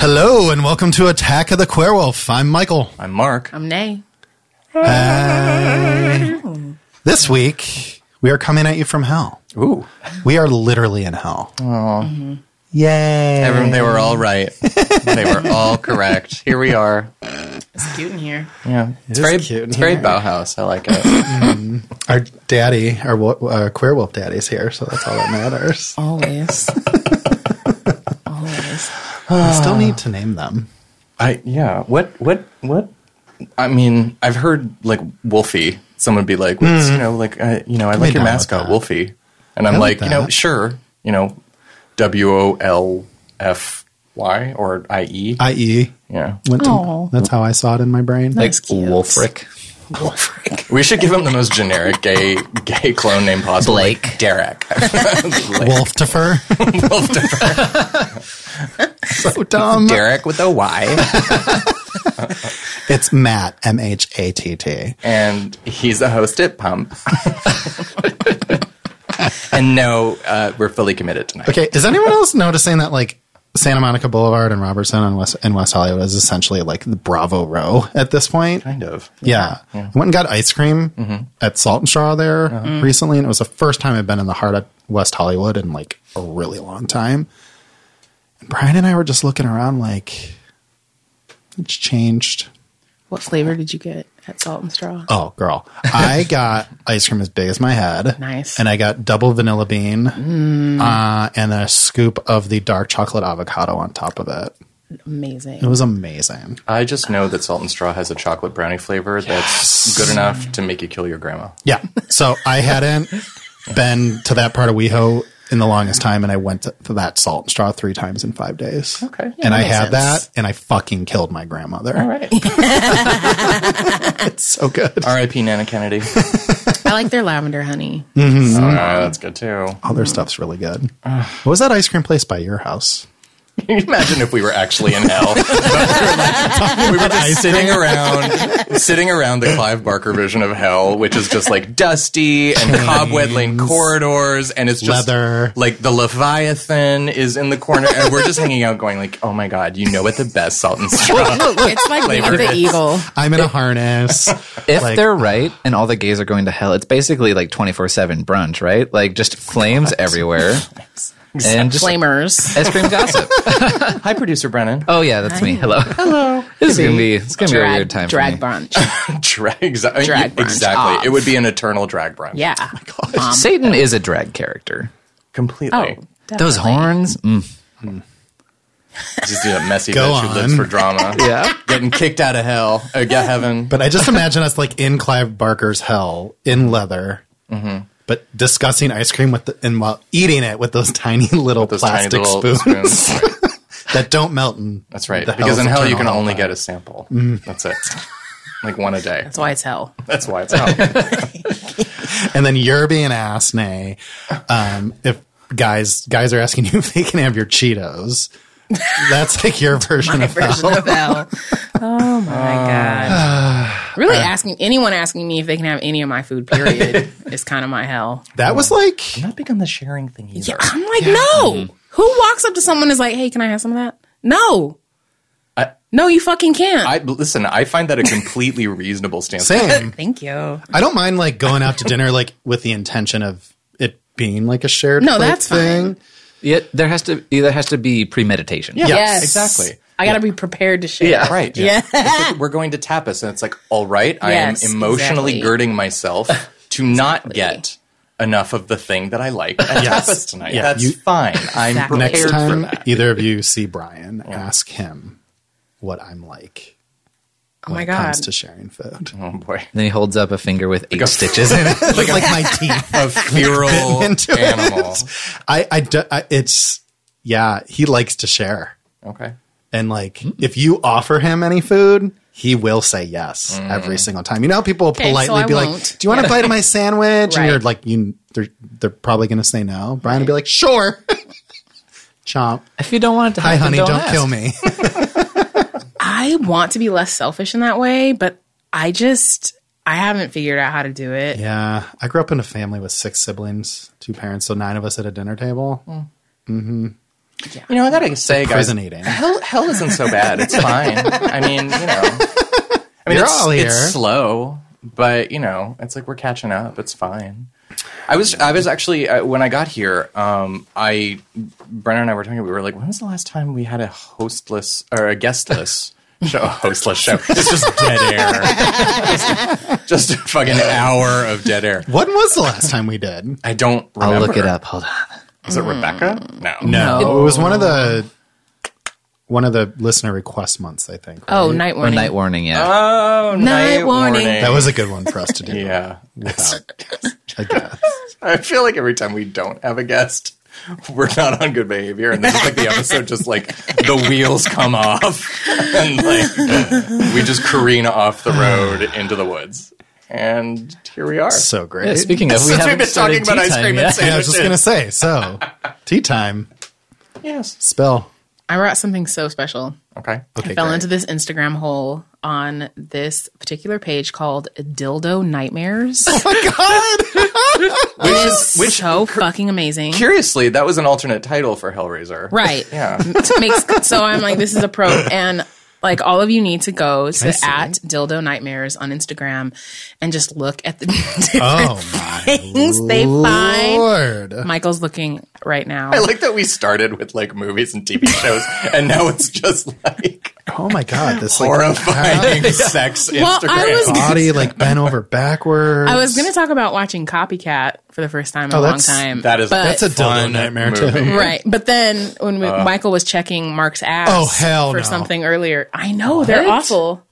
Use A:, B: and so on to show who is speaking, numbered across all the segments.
A: Hello and welcome to Attack of the Werewolf. I'm Michael.
B: I'm Mark.
C: I'm Nay.
A: This week we are coming at you from hell.
B: Ooh.
A: We are literally in hell. Oh, yay!
B: Everyone, they were all right. they were all correct. Here we are.
C: It's cute in here.
B: Yeah. It's
A: is
B: very
A: cute in
B: It's very
A: here.
B: Bauhaus. I like it.
A: our daddy, our wo- uh, Werewolf daddy's here, so that's all that matters.
C: Always. Always.
A: we still need to name them.
B: I yeah. What what what I mean, I've heard like Wolfie. Someone be like, what's, you know, like I, you know, I
A: down
B: like your
A: with
B: mascot,
A: that.
B: Wolfie. And I'm
A: I like
B: like, you know,
A: that.
B: sure, you know, W O L F Y or I E.
A: I.e.,
B: Yeah.
A: went to,
C: Aw.
A: that's how I saw it in my brain.
C: That's cute.
D: Wolfric.
B: We should give him the most generic gay gay clone name possible. like Derek.
A: Wolftifer. so dumb.
B: Derek with a Y.
A: It's Matt. M H A T T.
B: and he's a host at Pump. and no, uh, we're fully committed tonight.
A: Okay, is anyone else noticing that like Santa Monica Boulevard and Robertson and West and West Hollywood is essentially like the Bravo Row at this point?
B: Kind of.
A: Yeah. I went and got ice cream at Salt and Straw there recently, and it was the first time I've been in the heart of West Hollywood in like a really long time. And Brian and I were just looking around like it's changed.
C: What flavor did you get at Salt and Straw?
A: Oh, girl. I got ice cream as big as my head.
C: Nice. Mm.
A: And I got double vanilla bean uh, and a scoop of the dark chocolate avocado on top of it.
C: Amazing.
A: It was amazing.
B: I just know that Salt and Straw has a chocolate brownie flavor that's good enough to make you kill your grandma.
A: Yeah. So I hadn't been to that part of WeHo in the longest time, and I went to, to that salt and straw three times in five days.
B: Okay.
A: and
C: that
A: I
C: makes
A: had
C: sense.
A: that, and I fucking killed my grandmother.
B: All right.
A: It's so good.
B: R.I.P. Nana Kennedy.
C: I like their lavender honey.
B: Uh, that's good too.
A: All their stuff's really good. What was that ice cream place by your house?
B: Can you imagine if we were actually in hell? But we were, like, we were just sitting around, sitting around the Clive Barker vision of hell, which is just like dusty and cobweb lane corridors, and it's just
A: Leather.
B: like the Leviathan is in the corner, and we're just hanging out, going like, "Oh my god, you know what the best salt and straw."
C: It's like Wing of the Eagle.
A: I'm in a harness.
D: If
A: Like-
D: they're right and all the gays are going to hell, it's basically like 24 7 brunch, right? Like just flames everywhere. And just
C: Flamers.
D: ice cream gossip.
B: Hi, producer Brennan.
D: Oh, yeah, that's me. Hello. Hello. This is going to be, it's gonna be a weird time.
C: drag
D: for me.
C: brunch.
B: Drag, exa-
C: Drag brunch
B: exactly.
C: off.
B: It would be an eternal drag brunch.
C: Yeah.
D: Oh
C: Mom.
D: Satan is a drag character.
B: completely.
C: Oh,
D: Those horns. Mm.
B: Just a messy
A: Go
B: bitch who lives
A: on.
B: for drama.
D: Yeah.
B: getting kicked out of hell, or get heaven.
A: But I just imagine us like in Clive Barker's hell in leather,
B: Mm-hmm.
A: but discussing ice cream with the, and while eating it with those tiny little
B: those
A: plastic
B: tiny little
A: spoons,
B: spoons. Right.
A: that don't melt. In
B: That's right.
A: the
B: because in
A: hell's
B: hell, you can
A: eternal
B: only
A: hellfire.
B: get a sample.
A: Mm.
B: That's it. Like one a day.
C: That's why it's hell.
B: That's why it's hell.
A: and then you're being asked, nay, um, if guys guys are asking you if they can have your Cheetos. That's like your version
C: My
A: of
C: version
A: hell.
C: of hell. Oh my god.
D: Ah.
C: Really asking anyone asking me if they can have any of my food period is kind of my hell.
A: That was like
B: Not big on the sharing thing either.
C: Yeah, I'm like, no. Who walks up to someone and is like, hey, can I have some of that? No.
B: I-
C: no, you fucking can't.
B: I listen. I find that a completely reasonable stance.
A: same.
C: Thank you.
A: I don't mind like going out to dinner like with the intention of it being like a shared
C: No,
A: plate
C: that's fine.
A: thing.
D: Yeah, there has to there has to be premeditation.
B: Yeah,
C: Yes.
B: exactly.
C: I got to be prepared to share.
D: Yeah.
B: Right.
C: Yeah.
B: It's like we're going to tapas, and it's like, all right, I am
C: Yes,
B: emotionally
C: exactly.
B: girding myself to not get enough of the thing that I like at tapas tonight.
A: Yeah,
B: That's
A: you-
B: fine. I'm
C: Exactly.
B: prepared
A: Next
B: for
A: time
B: that.
A: either of you see Brian, ask him what I'm like
C: Oh my
A: when it
C: God.
A: comes to sharing food.
B: Oh boy.
D: Then he holds up a finger with eight
B: Because-
D: stitches in it.
A: Like, my teeth.
B: A feral
A: into it.
B: animal.
A: I, I, do- I- it's, yeah, he likes to share.
B: Okay.
A: And like,
B: Mm.
A: if you offer him any food, he will say yes every
B: Mm.
A: single time. You know, how people will
C: so
A: politely
C: I
A: be like,
C: won't.
A: do you want a bite of my sandwich? And
C: Right.
A: you're like, you, they're, they're probably going to say no. Brian will be like, sure. Chomp.
D: If you don't want it to
A: Hi,
D: happen,
A: honey. Don't,
D: ask.
A: kill me.
C: I want to be less selfish in that way, but I just, I haven't figured out how to do it.
A: Yeah, I grew up in a family with six siblings, two parents, so nine of us at a dinner table.
B: You know, I gotta say, guys,
A: Prison eating.
B: hell, hell isn't so bad. It's fine. I mean, you know, I mean,
A: You're
B: it's,
A: all here.
B: it's slow, but you know, it's like we're catching up. It's fine. I was, I was actually uh, when I got here, um, I, Brenner and I were talking. We were like, when was the last time we had a hostless or a guestless show? A hostless show. It's just dead air. just, just a fucking hour of dead air.
A: When was the last time we did?
B: I don't. Remember.
D: I'll look it up. Hold on.
B: Is it Rebecca? No.
A: No, it was one of the one of the listener request months, I think. right?
C: Oh, night
D: Or
C: warning.
D: night warning, yeah.
B: Oh,
C: Night
B: night
C: warning.
B: warning.
A: that was a good one for us to do.
B: Yeah.
A: without a guess.
B: I feel like every time we don't have a guest, we're not on good behavior. And this is like the episode just like the wheels come off and like we just careen off the road into the woods. And here we are.
A: So great.
D: Yeah, speaking of, we
B: Since we've
D: haven't
B: been talking
D: started
B: about
D: tea
B: ice
D: time
B: cream and
D: yet.
A: yeah, I was
B: sandwiches.
A: just gonna say. So, tea time.
B: yes.
A: Spill.
C: I wrote something so special.
B: Okay.
A: Okay,
C: I fell
A: great.
C: into this Instagram hole on this particular page called Dildo Nightmares.
A: Oh,
B: Which is,
C: Which
B: which,
C: so fucking amazing.
B: curiously, that was an alternate title for Hellraiser.
C: Right.
B: Yeah.
C: To makes- so I'm like, this is a pro. And like all of you need to go to
A: see?
C: at dildo nightmares on Instagram and just look at the different
A: Oh my
C: things they find.
A: lord!
C: Michael's looking right now.
B: I like that we started with like movies and TV shows, and now it's just like
A: Oh my god! This like
B: horrifying sex Instagram.
C: Well, I was
A: body like bent over backwards.
C: I was going to talk about watching Copycat for the first time in a long
A: Oh, that's-
C: time.
B: That is
C: but-
A: That's a dildo
B: fun
A: nightmare
B: movie.
A: too.
C: Right, but then when we,
B: Uh.
C: Michael was checking Mark's ass
A: Oh, hell
C: for
A: no.
C: something earlier, I know they're awful.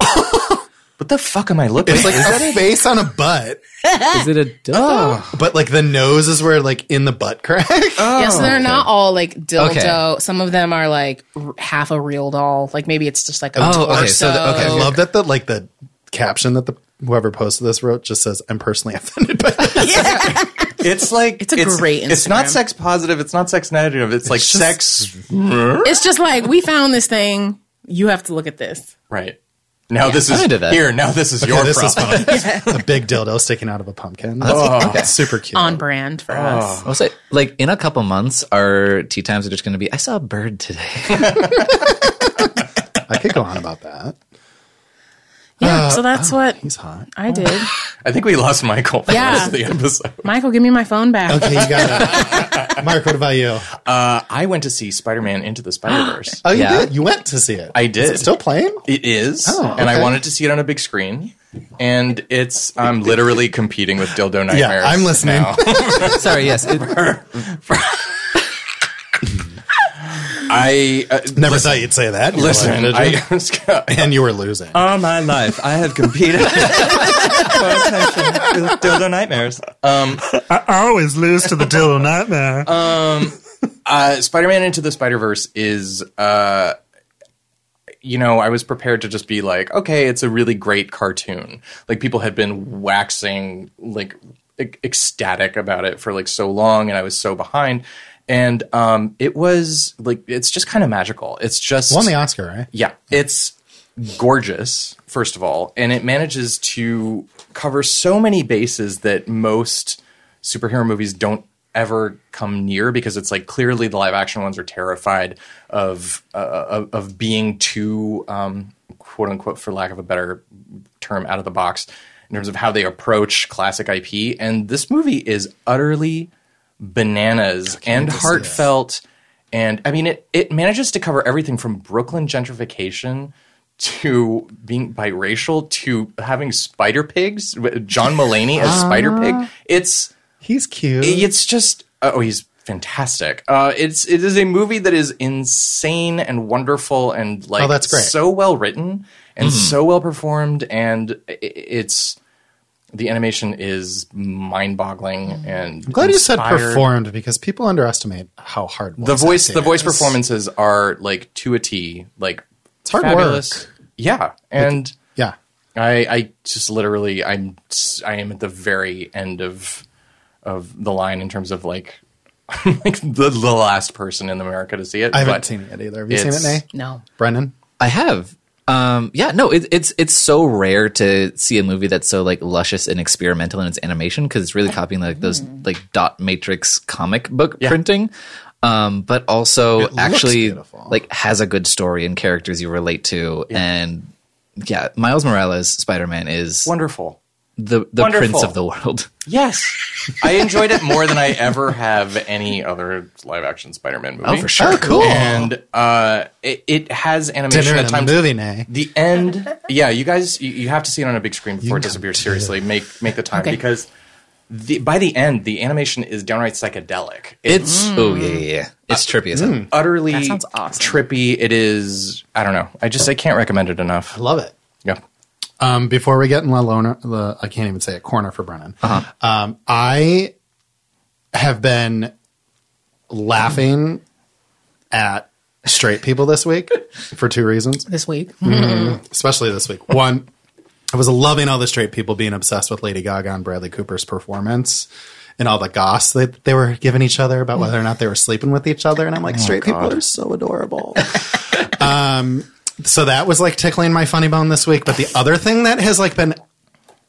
B: What the fuck am I looking?
A: It's
B: at?
A: like a face on a butt,
D: Is it a dildo?
A: but like the nose is where like in the butt crack.
C: yes, they're not all like dildo.
D: Okay.
C: Some of them are like r- half a real doll. Like maybe it's just like a
D: Oh,
C: torso.
D: okay, so the-
A: I
D: okay,
A: love that the like the caption that the whoever posted this wrote just says, "I'm personally offended by this."
B: It's like it's
C: a great
B: It's not
C: Instagram.
B: sex positive. It's not sex negative. It's, like sex.
C: It's just like we found this thing. You have to look at this.
B: Right now, this is
D: I'm into that.
B: here. Now this is
A: Yeah,
B: your
A: this is
B: problem.
A: fun. a big dildo sticking out of a pumpkin.
B: Oh.
A: That's super cute.
C: On brand for us.
D: I'll say, like, in a couple months, our tea times are just going to be. I saw a bird today.
A: I could go on about that.
C: Yeah, so that's what
A: He's hot.
C: I did.
B: I think we lost Michael. For
C: Yeah.
B: yeah. the episode.
C: Michael, give me my phone back.
A: Okay, you got it. Mark, what about you?
B: Uh, I went to see Spider Man Into the Spider Verse.
A: Oh, you
D: Yeah.
A: did. You went to see it.
B: I
A: Is
B: did.
A: it still playing?
B: Uh, It is, and I
A: okay.
B: wanted to see it on a big screen. And it's I'm literally competing with Dildo Nightmares. Oh.
A: Yeah, I'm listening.
B: now.
D: Sorry, yes. It,
B: I uh,
A: Never thought you'd say that. You were
B: listen.
A: like,
B: I, Uh,
A: did you? and you were losing.
B: all my life, I have competed for attention with dildo nightmares. Um,
E: I always lose to the Dillo Nightmare.
B: Uh, Spider-Man Into the Spider-Verse is, uh, you know, I was prepared to just be like, okay, it's a really great cartoon. Like people had been waxing like ec- ecstatic about it for like so long, and I was so behind. And um, it was like it's just kind of magical. It's just
A: Won the Oscar, right?
B: Yeah, it's gorgeous, first of all, and it manages to cover so many bases that most superhero movies don't ever come near because it's like clearly the live action ones are terrified of uh, of, of being too um, quote unquote for lack of a better term out of the box in terms of how they approach classic IP and this movie is utterly bananas and heartfelt. And I mean, it, it manages to cover everything from Brooklyn gentrification to being biracial to having spider pigs. John Mulaney as Spider
A: Uh.
B: Pig. It's
A: He's cute.
B: it's just oh, he's fantastic. Uh, it's it is a movie that is insane and wonderful and like
A: Oh, that's great. Mm-hmm.
B: so well written and so well performed and i- i- it's the animation is mind-boggling and
A: Mm. I'm glad you said
B: inspired.
A: performed because people underestimate how hard
B: the voice
A: acting
B: the voice
A: is.
B: performances are like to a T like it's
A: hard
B: fabulous. Yeah, and
A: Yeah.
B: I I just literally I'm s- I am at the very end of of the line in terms of like I'm like the, the last person in America to see it.
A: I haven't
B: but
A: seen it either. Have you seen it,
B: it's-
A: Nay?
C: No.
A: Brennan?
D: I have. Um, yeah, no, it, it's it's so rare to see a movie that's so like luscious and
A: Mm.
D: experimental in its animation because it's really copying like those like dot matrix comic book printing. um, but also
A: looks
D: actually
A: beautiful.
D: like has a good story and characters you relate to, and yeah, Miles Morales Spider Man is
B: Wonderful.
D: the the prince
B: wonderful.
D: of the world.
B: Yes. I enjoyed it more than I ever have any other live action Spider Man movie.
D: Oh, for sure.
A: cool.
B: And uh, it, it has animation
A: Dinner
B: at
A: and a
B: times.
A: movie night.
B: The end. Yeah, you guys, you, you have to see it on a big screen before it disappears. Seriously, make make the time because the, by the end, the animation is downright psychedelic. It's
D: It's oh
A: Mm.
D: yeah, yeah, yeah. It's trippy as hell.
A: Mm-hmm.
B: utterly
C: That sounds awesome.
B: trippy. It is. I don't know. I just I can't recommend it enough.
A: I love it.
B: Yeah.
A: Um, before we get in the loner, the, I can't even say it, corner for Brennan.
B: Uh-huh.
A: Um, I have been laughing at straight people this week for two reasons,
C: this week.
A: especially this week. One, I was loving all the straight people being obsessed with Lady Gaga and Bradley Cooper's performance and all the goss that they were giving each other about whether or not they were sleeping with each other. And I'm like, straight people are so adorable. Um, so that was like tickling my funny bone this week. But the other thing that has like been,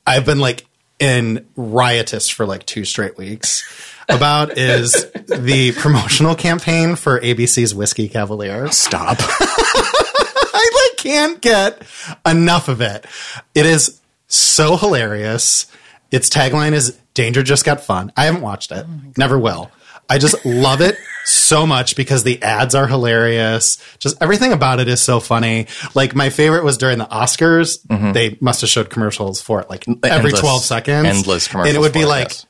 A: I've been like in riotous for like two straight weeks about is the promotional campaign for ABC's Whiskey Cavalier. Stop. I like can't get enough of it. It is so hilarious. Its tagline is Danger Just Got Fun. I haven't watched it. Never will. I just love it so much because the ads are hilarious. Just everything about it is so funny. Like my favorite was during the Oscars. They must have showed commercials for it like every
B: Mm-hmm. Endless-
A: 12 seconds.
B: endless commercials.
A: And it would be
B: for
A: like
B: yes.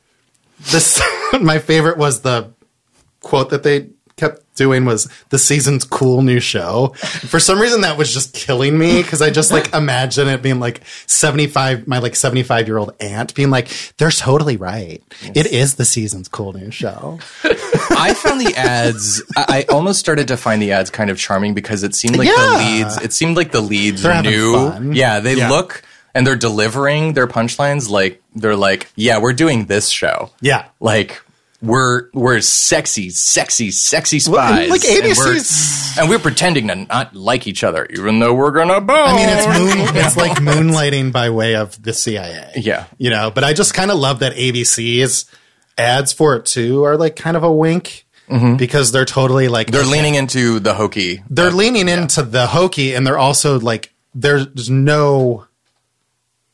A: this my favorite was the quote that they kept doing was the season's cool new show for some reason that was just killing me because i just like imagine it being like 75 my like 75 year old aunt being like they're totally right it is the season's cool new show
B: I found the ads. I, I almost started to find the ads kind of charming because it seemed like
A: Yeah.
B: the leads. It seemed like the leads
A: They're having
B: knew.
A: fun.
B: Yeah, they look and they're delivering their punchlines like they're like, yeah, we're doing this show.
A: Yeah.
B: like we're we're sexy, sexy, sexy spies.
A: Well, and, like,
B: and we're,
A: ABC's
B: and we're pretending to not like each other, even though we're gonna bone.
A: i mean it's moon it's like moonlighting by way of the cia
B: Yeah.
A: you know but i just kind of love that abc's ads for it too are like kind of a wink because they're totally like
B: Mm-hmm. they're leaning into the hokey.
A: they're leaning into the hokey and they're also like there's no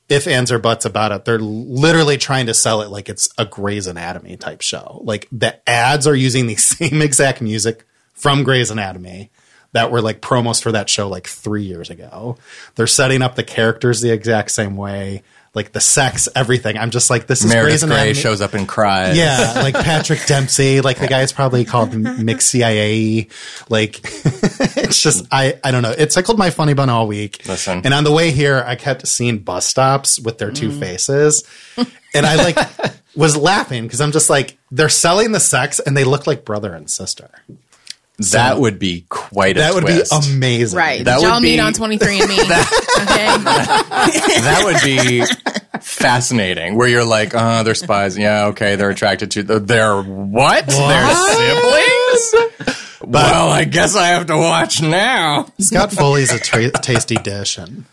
A: if ands or buts about it they're literally trying to sell it like it's a Grey's Anatomy type show like the ads are using the same exact music from Grey's Anatomy that were like promos for that show like 3 years ago they're setting up the characters the exact same way like the sex everything i'm just like this is Grey's
B: Meredith
A: Anatomy
B: Grey shows up and cries.
A: yeah, like Patrick Dempsey, like the guy's probably called Mick CIA. E. Like it's just I I don't know. It tickled my funny bone all week.
B: Listen.
A: And on the way here, I kept seeing bus stops with their two faces. And I like was laughing because I'm just like, they're selling the sex and they look like brother and sister.
B: that would be quite. A
A: That would
B: twist.
A: be amazing.
C: Right.
B: That
C: Y'all
B: would be-
C: meet on 23andMe. okay.
B: that would be fascinating. Where you're like, uh, they're spies. Yeah, okay, they're attracted to. The, they're what? They're siblings. well, I guess I have to watch now.
A: Scott Foley's a tra- tasty dish and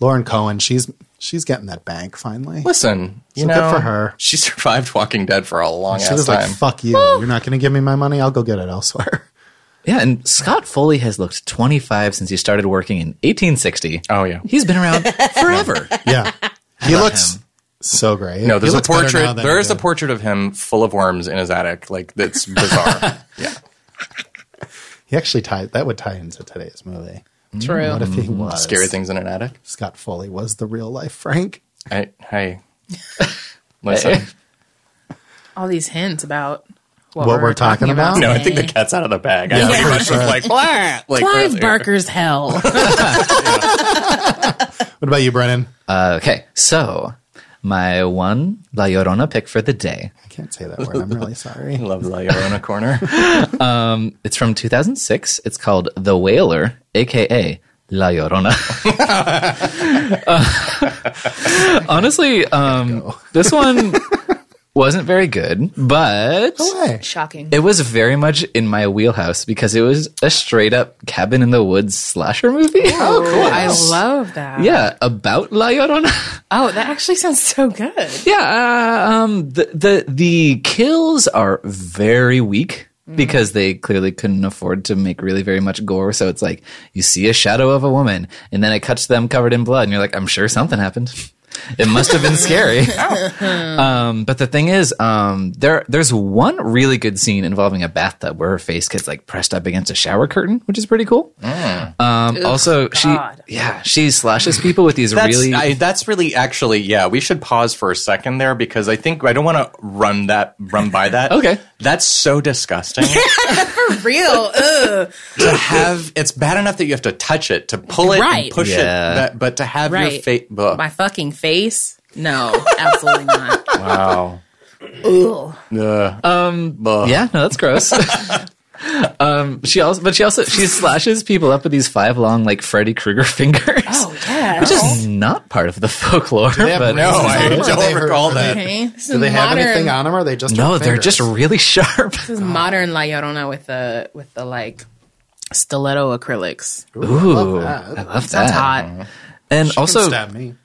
A: Lauren Cohen, she's she's getting that bank finally.
B: Listen, you
A: So good
B: know,
A: for her.
B: She survived Walking Dead for a long
A: She
B: ass
A: was
B: time.
A: like, fuck you. You're not gonna give me my money, I'll go get it elsewhere.
D: Yeah, and Scott Foley has looked 25 since he started working in 1860.
B: Oh, yeah.
D: he's been around forever.
A: Yeah. He looks so great.
B: no, there's
A: He
B: a
A: looks better now
B: portrait.
A: than
B: There
A: he
B: is a
A: did.
B: portrait of him full of worms in his attic. Like that's bizarre.
A: He actually tied that would tie into today's movie. What
C: True.
A: if he was
B: Scary things in an attic.
A: Scott Foley was the real life Frank.
B: I, hey, listen.
C: All these hints about what,
A: What we're talking about?
B: No, I think the cat's out of the bag. I pretty much was like, "Blah," like
C: Clive
B: earlier.
C: Barker's hell.
A: What about you, Brennan?
D: Uh, Okay, so my one La Llorona pick for the day.
A: I can't say that word. I'm really sorry.
B: Love La Llorona corner.
D: It's from 2006. It's called The Whaler, aka La Llorona. Uh, honestly, um, this one wasn't very good, but
C: Oh.
A: Hey,
C: Shocking.
D: it was very much in my wheelhouse because it was a straight up cabin in the woods slasher movie.
C: Oh, cool. I love that.
D: Yeah, about La Llorona.
C: Oh, that actually sounds so good.
D: Yeah, uh, um, the the the kills are very weak. because they clearly couldn't afford to make really very much gore. So it's like you see a shadow of a woman, and then it cuts to them covered in blood, and you're like, I'm sure something happened. It must have been scary. um, but the thing is, um, there there's one really good scene involving a bathtub where her face gets like pressed up against a shower curtain, which is pretty cool. Um, also,
C: God.
D: she yeah she slashes people with these
B: That's,
D: really
B: I, that's really actually yeah. We should pause for a second there because I think I don't want to run that run by that.
D: Okay.
B: that's so disgusting.
C: real. Ugh.
B: to have it's bad enough that you have to touch it to pull it
C: Right.
B: and push
D: Yeah.
B: it, that, but to have your
C: Right.
B: face.
C: My fucking face? No, absolutely not.
B: Wow.
C: Ugh.
D: Yeah, no, that's gross. um, she also, but she also she slashes people up with these five long like Freddy Krueger fingers,
C: Oh, yeah.
D: which is not part of the folklore.
A: have
D: but
B: No, I
A: Or they
B: don't
A: were-
B: recall that.
C: okay. This
A: Do
C: is
A: they have
C: modern,
A: anything on them or are they just
D: no,
A: her
D: they're
A: fingers?
D: just really sharp.
C: This is modern La Llorona with the with the like stiletto acrylics.
D: Ooh, I love
A: that.
D: that.
C: That's hot.
D: And also,
A: stab me.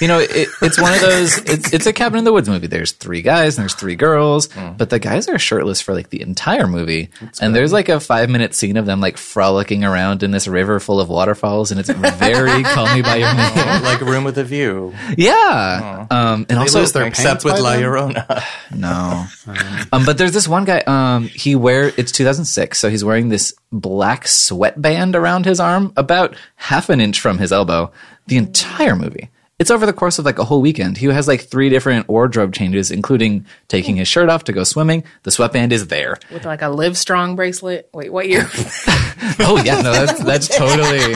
D: you know, it, it's one of those. It's, it's a Cabin in the Woods movie. There's three guys and there's three girls,
A: Hmm.
D: but the guys are shirtless for like the entire movie. and there's like a five minute scene of them like frolicking around in this river full of waterfalls, and it's very "Call Me by Your Name."
C: Uh-huh.
B: like a room with a view.
D: Yeah. Um, and also,
A: Oh. lose their
B: Except
A: pants
B: with
A: by
B: La
A: then?
B: Llorona.
D: no. um, but there's this one guy. Um, he wear it's 2006, so he's wearing this black sweatband around his arm, about half an inch from his elbow, the entire movie. It's over the course of like a whole weekend. He has like three different wardrobe changes, including taking his shirt off to go swimming. The sweatband is there.
C: With like a Live Strong bracelet. Wait, what year?
D: Oh yeah, no, that's, that's totally.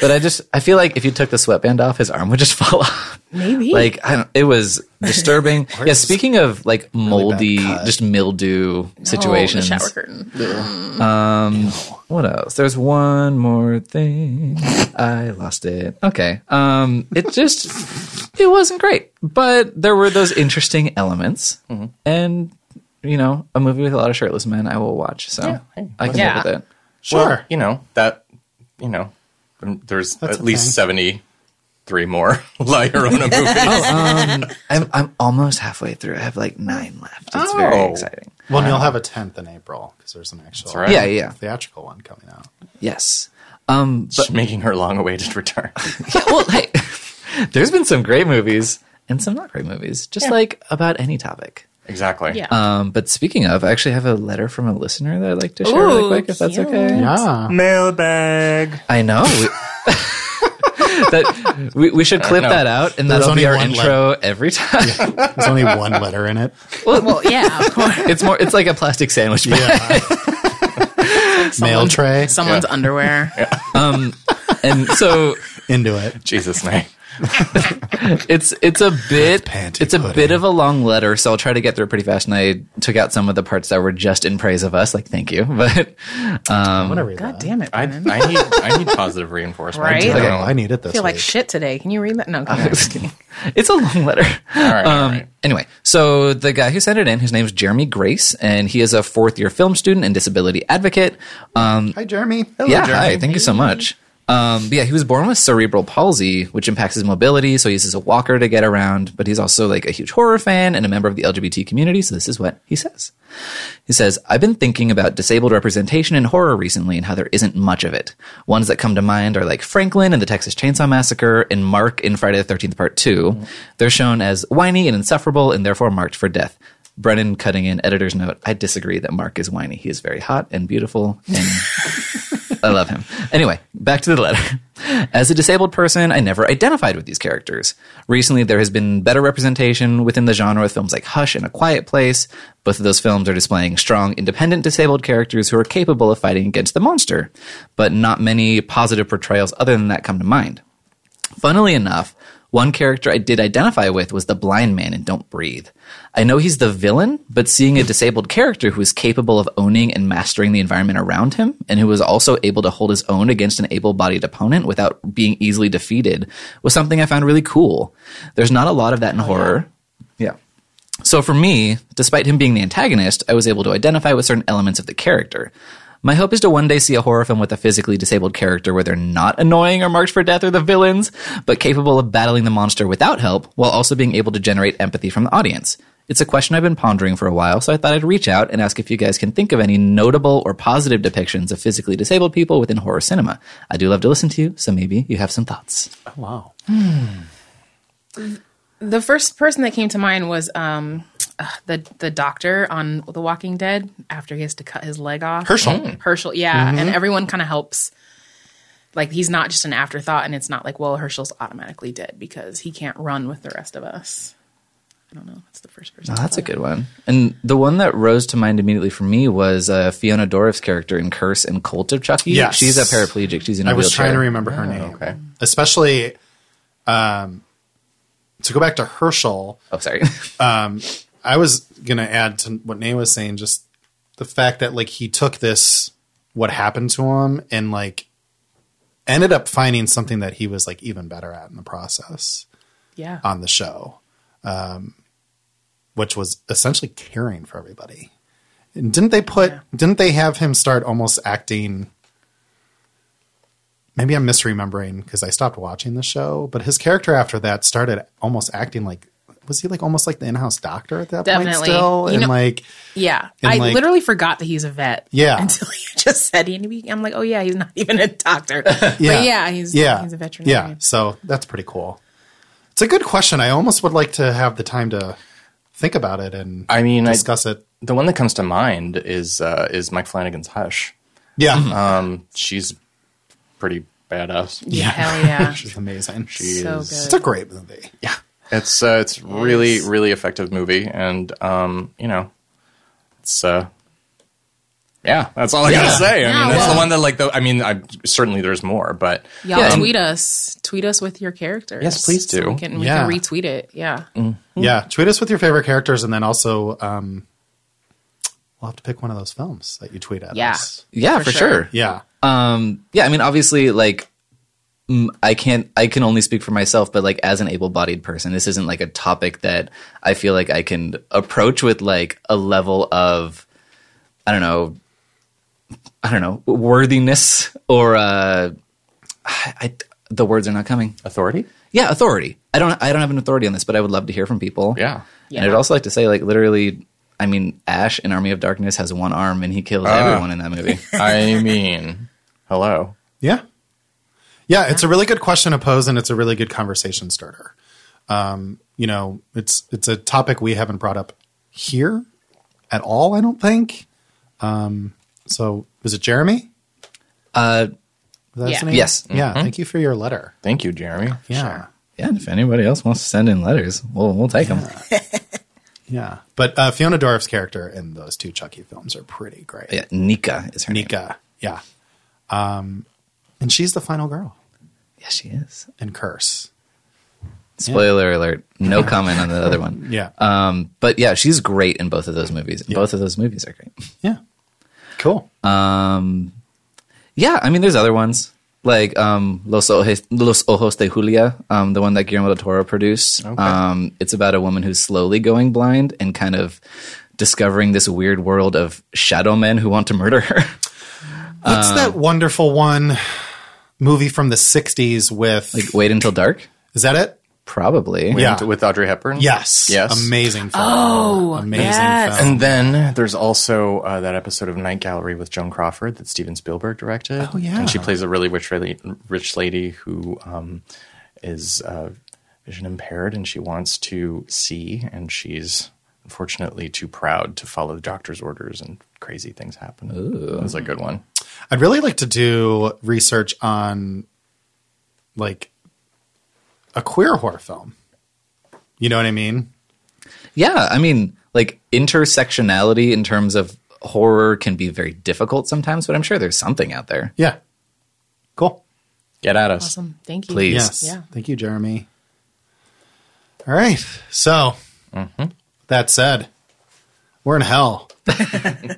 D: but I just I feel like if you took the sweatband off, his arm would just fall off.
C: Maybe.
D: Like I don't, it was disturbing. yeah. Speaking of like moldy, just mildew situations.
C: Oh, the shower curtain.
D: What else? There's one more thing. I lost it. Okay. Um. It just it wasn't great, but there were those interesting elements, and you know, a movie with a lot of shirtless men, I will watch. So I can
C: Yeah.
D: live with it.
A: Sure.
B: Well, you know that. You know, um, there's at
A: a
B: least
A: thing.
B: seventy-three more La Llorona movies.
D: I'm I'm almost halfway through. I have like nine left. It's
B: Oh.
D: very exciting.
A: well, and you'll have a 10th in April because there's an actual
B: right.
D: Yeah, yeah.
A: theatrical one coming out.
D: Yes. Um
B: Just making her long-awaited return.
D: yeah, well hey, there's been some great movies and some not great movies, just like about any topic.
B: exactly.
C: Yeah.
D: Um but speaking of, I actually have a letter from a listener that I'd like to share really
C: Ooh,
D: quick if that's
C: cute.
D: okay.
A: Yeah.
E: Mailbag.
D: I know. We- that we, we should clip
B: know.
D: that out and
A: There's
D: that'll
A: only
D: be our
A: one
D: intro every time.
A: There's only one letter in it.
C: well, Oh, yeah, of course.
D: it's more it's like a plastic sandwich. bag.
A: Yeah. Mail tray
C: Someone's underwear.
D: And so
A: into it.
B: Jesus name.
D: it's it's a bit
A: panty
D: it's a
A: pudding.
D: bit of a long letter, so I'll try to get through it pretty fast. And I took out some of the parts that were just in praise of us, like thank you. But
A: I'm gonna read
C: God
A: that.
C: damn it,
B: I, I
C: Brennan. I,
B: need I need positive reinforcement.
C: Right?
B: You know?
C: Okay.
A: Oh, I need it this
C: feel like
A: week.
C: shit today. Can you read that? No, come on.
D: it's a long letter.
B: All right, all
D: Um,
B: right.
D: Anyway, so the guy who sent it in, his name's Jeremy Grace, and he is a fourth year film student and disability advocate.
A: Hi, Jeremy.
D: yeah, hi. Thank you so much. Um, but yeah, he was born with cerebral palsy, which impacts his mobility, so he uses a walker to get around. But he's also like a huge horror fan and a member of the LGBT community, so this is what he says. He says, I've been thinking about disabled representation in horror recently and how there isn't much of it. Ones that come to mind are like Franklin in the Texas Chainsaw Massacre and Mark in Friday the 13th Part 2. They're shown as whiny and insufferable and therefore marked for death. Brennan cutting in, editor's note, I disagree that Mark is whiny. He is very hot and beautiful and I love him. Anyway, back to the letter. As a disabled person, I never identified with these characters. Recently, there has been better representation within the genre with films like Hush and A Quiet Place. Both of those films are displaying strong, independent disabled characters who are capable of fighting against the monster, but not many positive portrayals other than that come to mind. Funnily enough, one character I did identify with was the blind man in Don't Breathe. I know he's the villain, but seeing a disabled character who is capable of owning and mastering the environment around him and who was also able to hold his own against an able bodied opponent without being easily defeated was something I found really cool. There's not a lot of that in horror. Yeah. So for me, despite him being the antagonist, I was able to identify with certain elements of the character. My hope is to one day see a horror film with a physically disabled character where they're not annoying or marked for death or the villains, but capable of battling the monster without help while also being able to generate empathy from the audience. It's a question I've been pondering for a while, so I thought I'd reach out and ask if you guys can think of any notable or positive depictions of physically disabled people within horror cinema. I do love to listen to you, so maybe you have some thoughts.
A: Wow.
C: The first person that came to mind was um, uh, the the doctor on The Walking Dead after he has to cut his leg off.
A: Herschel. Mm-hmm.
C: Herschel, yeah, and everyone kind of helps. Like he's not just an afterthought, and it's not like well Herschel's automatically dead because he can't run with the rest of us. I don't know. That's the first person.
D: Oh, that's a good one. And the one that rose to mind immediately for me was uh, Fiona Dorff's character in Curse and Cult of Chucky.
A: Yes.
D: She's a paraplegic. She's in a
A: I was
D: wheelchair.
A: trying to remember her name.
B: okay.
A: Especially um, to go back to Herschel,
D: Oh, sorry.
A: I was gonna add to what Nay was saying, just the fact that like he took this what happened to him and like ended up finding something that he was like even better at in the process
C: Yeah,
A: on the show, um, which was essentially caring for everybody. And didn't they put? Didn't they have him start almost acting? Maybe I'm misremembering because I stopped watching the show, but his character after that started almost acting like was he like almost like the in-house doctor at that point
C: Definitely.
A: still,
C: You
A: and
C: know-
A: like
C: yeah.
A: And,
C: I
A: like-
C: literally forgot that he's a vet.
A: Yeah.
C: until you just said he. I'm like, oh yeah, he's not even a doctor.
A: yeah,
C: But yeah, he's
A: yeah,
C: he's a veterinarian.
A: Yeah, so that's pretty cool. It's a good question. I almost would like to have the time to think about it and
B: I mean, I-
A: discuss it.
B: The one that comes to mind is uh, is Mike Flanagan's Hush.
A: Yeah,
B: Um, she's pretty badass.
C: Yeah, hell yeah.
A: She's amazing. She
C: so
B: is-
A: It's
C: good.
A: a great movie. Yeah.
B: It's uh, it's really really effective movie, and um, you know, it's uh, yeah, that's all I gotta say. I
C: Yeah,
B: mean, that's
C: well-
B: the one that like the. I mean, I certainly there's more, but
C: Y'all
D: Yeah, and-
C: tweet us. Tweet us with your characters.
B: Yes, please do.
C: So we can, we
A: Yeah.
C: can retweet it. Yeah.
A: Yeah. Tweet us with your favorite characters and then also um we'll have to pick one of those films that you tweet at
C: Yeah.
A: us.
D: yeah, for,
C: For
D: sure.
C: sure.
A: Yeah.
D: Um, yeah, I mean, obviously, like, mm, I can't, I can only speak for myself, but like, as an able bodied person, this isn't like a topic that I feel like I can approach with like a level of, I don't know, I don't know, worthiness or, uh, I, I- the words are not coming.
B: authority.
D: Yeah, authority. I don't, I don't have an authority on this, but I would love to hear from people.
B: Yeah.
D: And I'd also like to say, like, literally, I mean, Ash in Army of Darkness has one arm and he kills everyone in that movie.
B: I mean, hello.
A: Yeah. Yeah, it's a really good question to pose and it's a really good conversation starter. Um, you know, it's it's a topic we haven't brought up here at all, I don't think. Um so was it Jeremy?
D: Uh,
A: Was that his
C: Yeah.
A: name?
D: Yes.
A: Yeah, thank you for your letter.
B: Thank you, Jeremy.
A: Yeah.
D: Yeah, and if anybody else wants to send in letters, we'll we'll take them.
A: Yeah. But uh, Fiona Dorff's character in those two Chucky films are pretty great.
D: Yeah, Nika is her name.
A: Nika. Yeah. Um, and she's the final girl
D: Yeah, she is.
A: in Curse.
D: Spoiler alert. No comment on the other one.
A: Yeah.
D: Um, but yeah, she's great in both of those movies. Both of those movies are great.
A: yeah. Cool.
D: Um, yeah, I mean, there's other ones like um, Los, Ojes, Los Ojos de Julia, um, the one that Guillermo del Toro produced. Um, it's about a woman who's slowly going blind and kind of discovering this weird world of shadow men who want to murder her.
A: What's that wonderful one movie from the 60s with.
D: like, wait until dark?
A: is that it?
D: Probably.
A: Yeah.
B: And with Audrey Hepburn.
A: Yes.
B: Yes.
A: Amazing film. Oh, amazing
C: yes.
A: film.
B: And then there's also uh, that episode of Night Gallery with Joan Crawford that Steven Spielberg directed. Oh
A: yeah.
B: and she plays a really rich, really rich lady who um, is uh, vision impaired and she wants to see, and she's unfortunately too proud to follow the doctor's orders, and crazy things happen. It was a good one.
A: I'd really like to do research on like a queer horror film. You know what I mean?
D: Yeah, I mean, like intersectionality in terms of horror can be very difficult sometimes, but I'm sure there's something out there.
A: Yeah. Cool.
B: Get at us.
C: Awesome. Thank you.
D: Please.
A: Yes.
C: Yeah.
A: Thank you, Jeremy. All right. So,
B: Mm-hmm.
A: that said, we're in hell.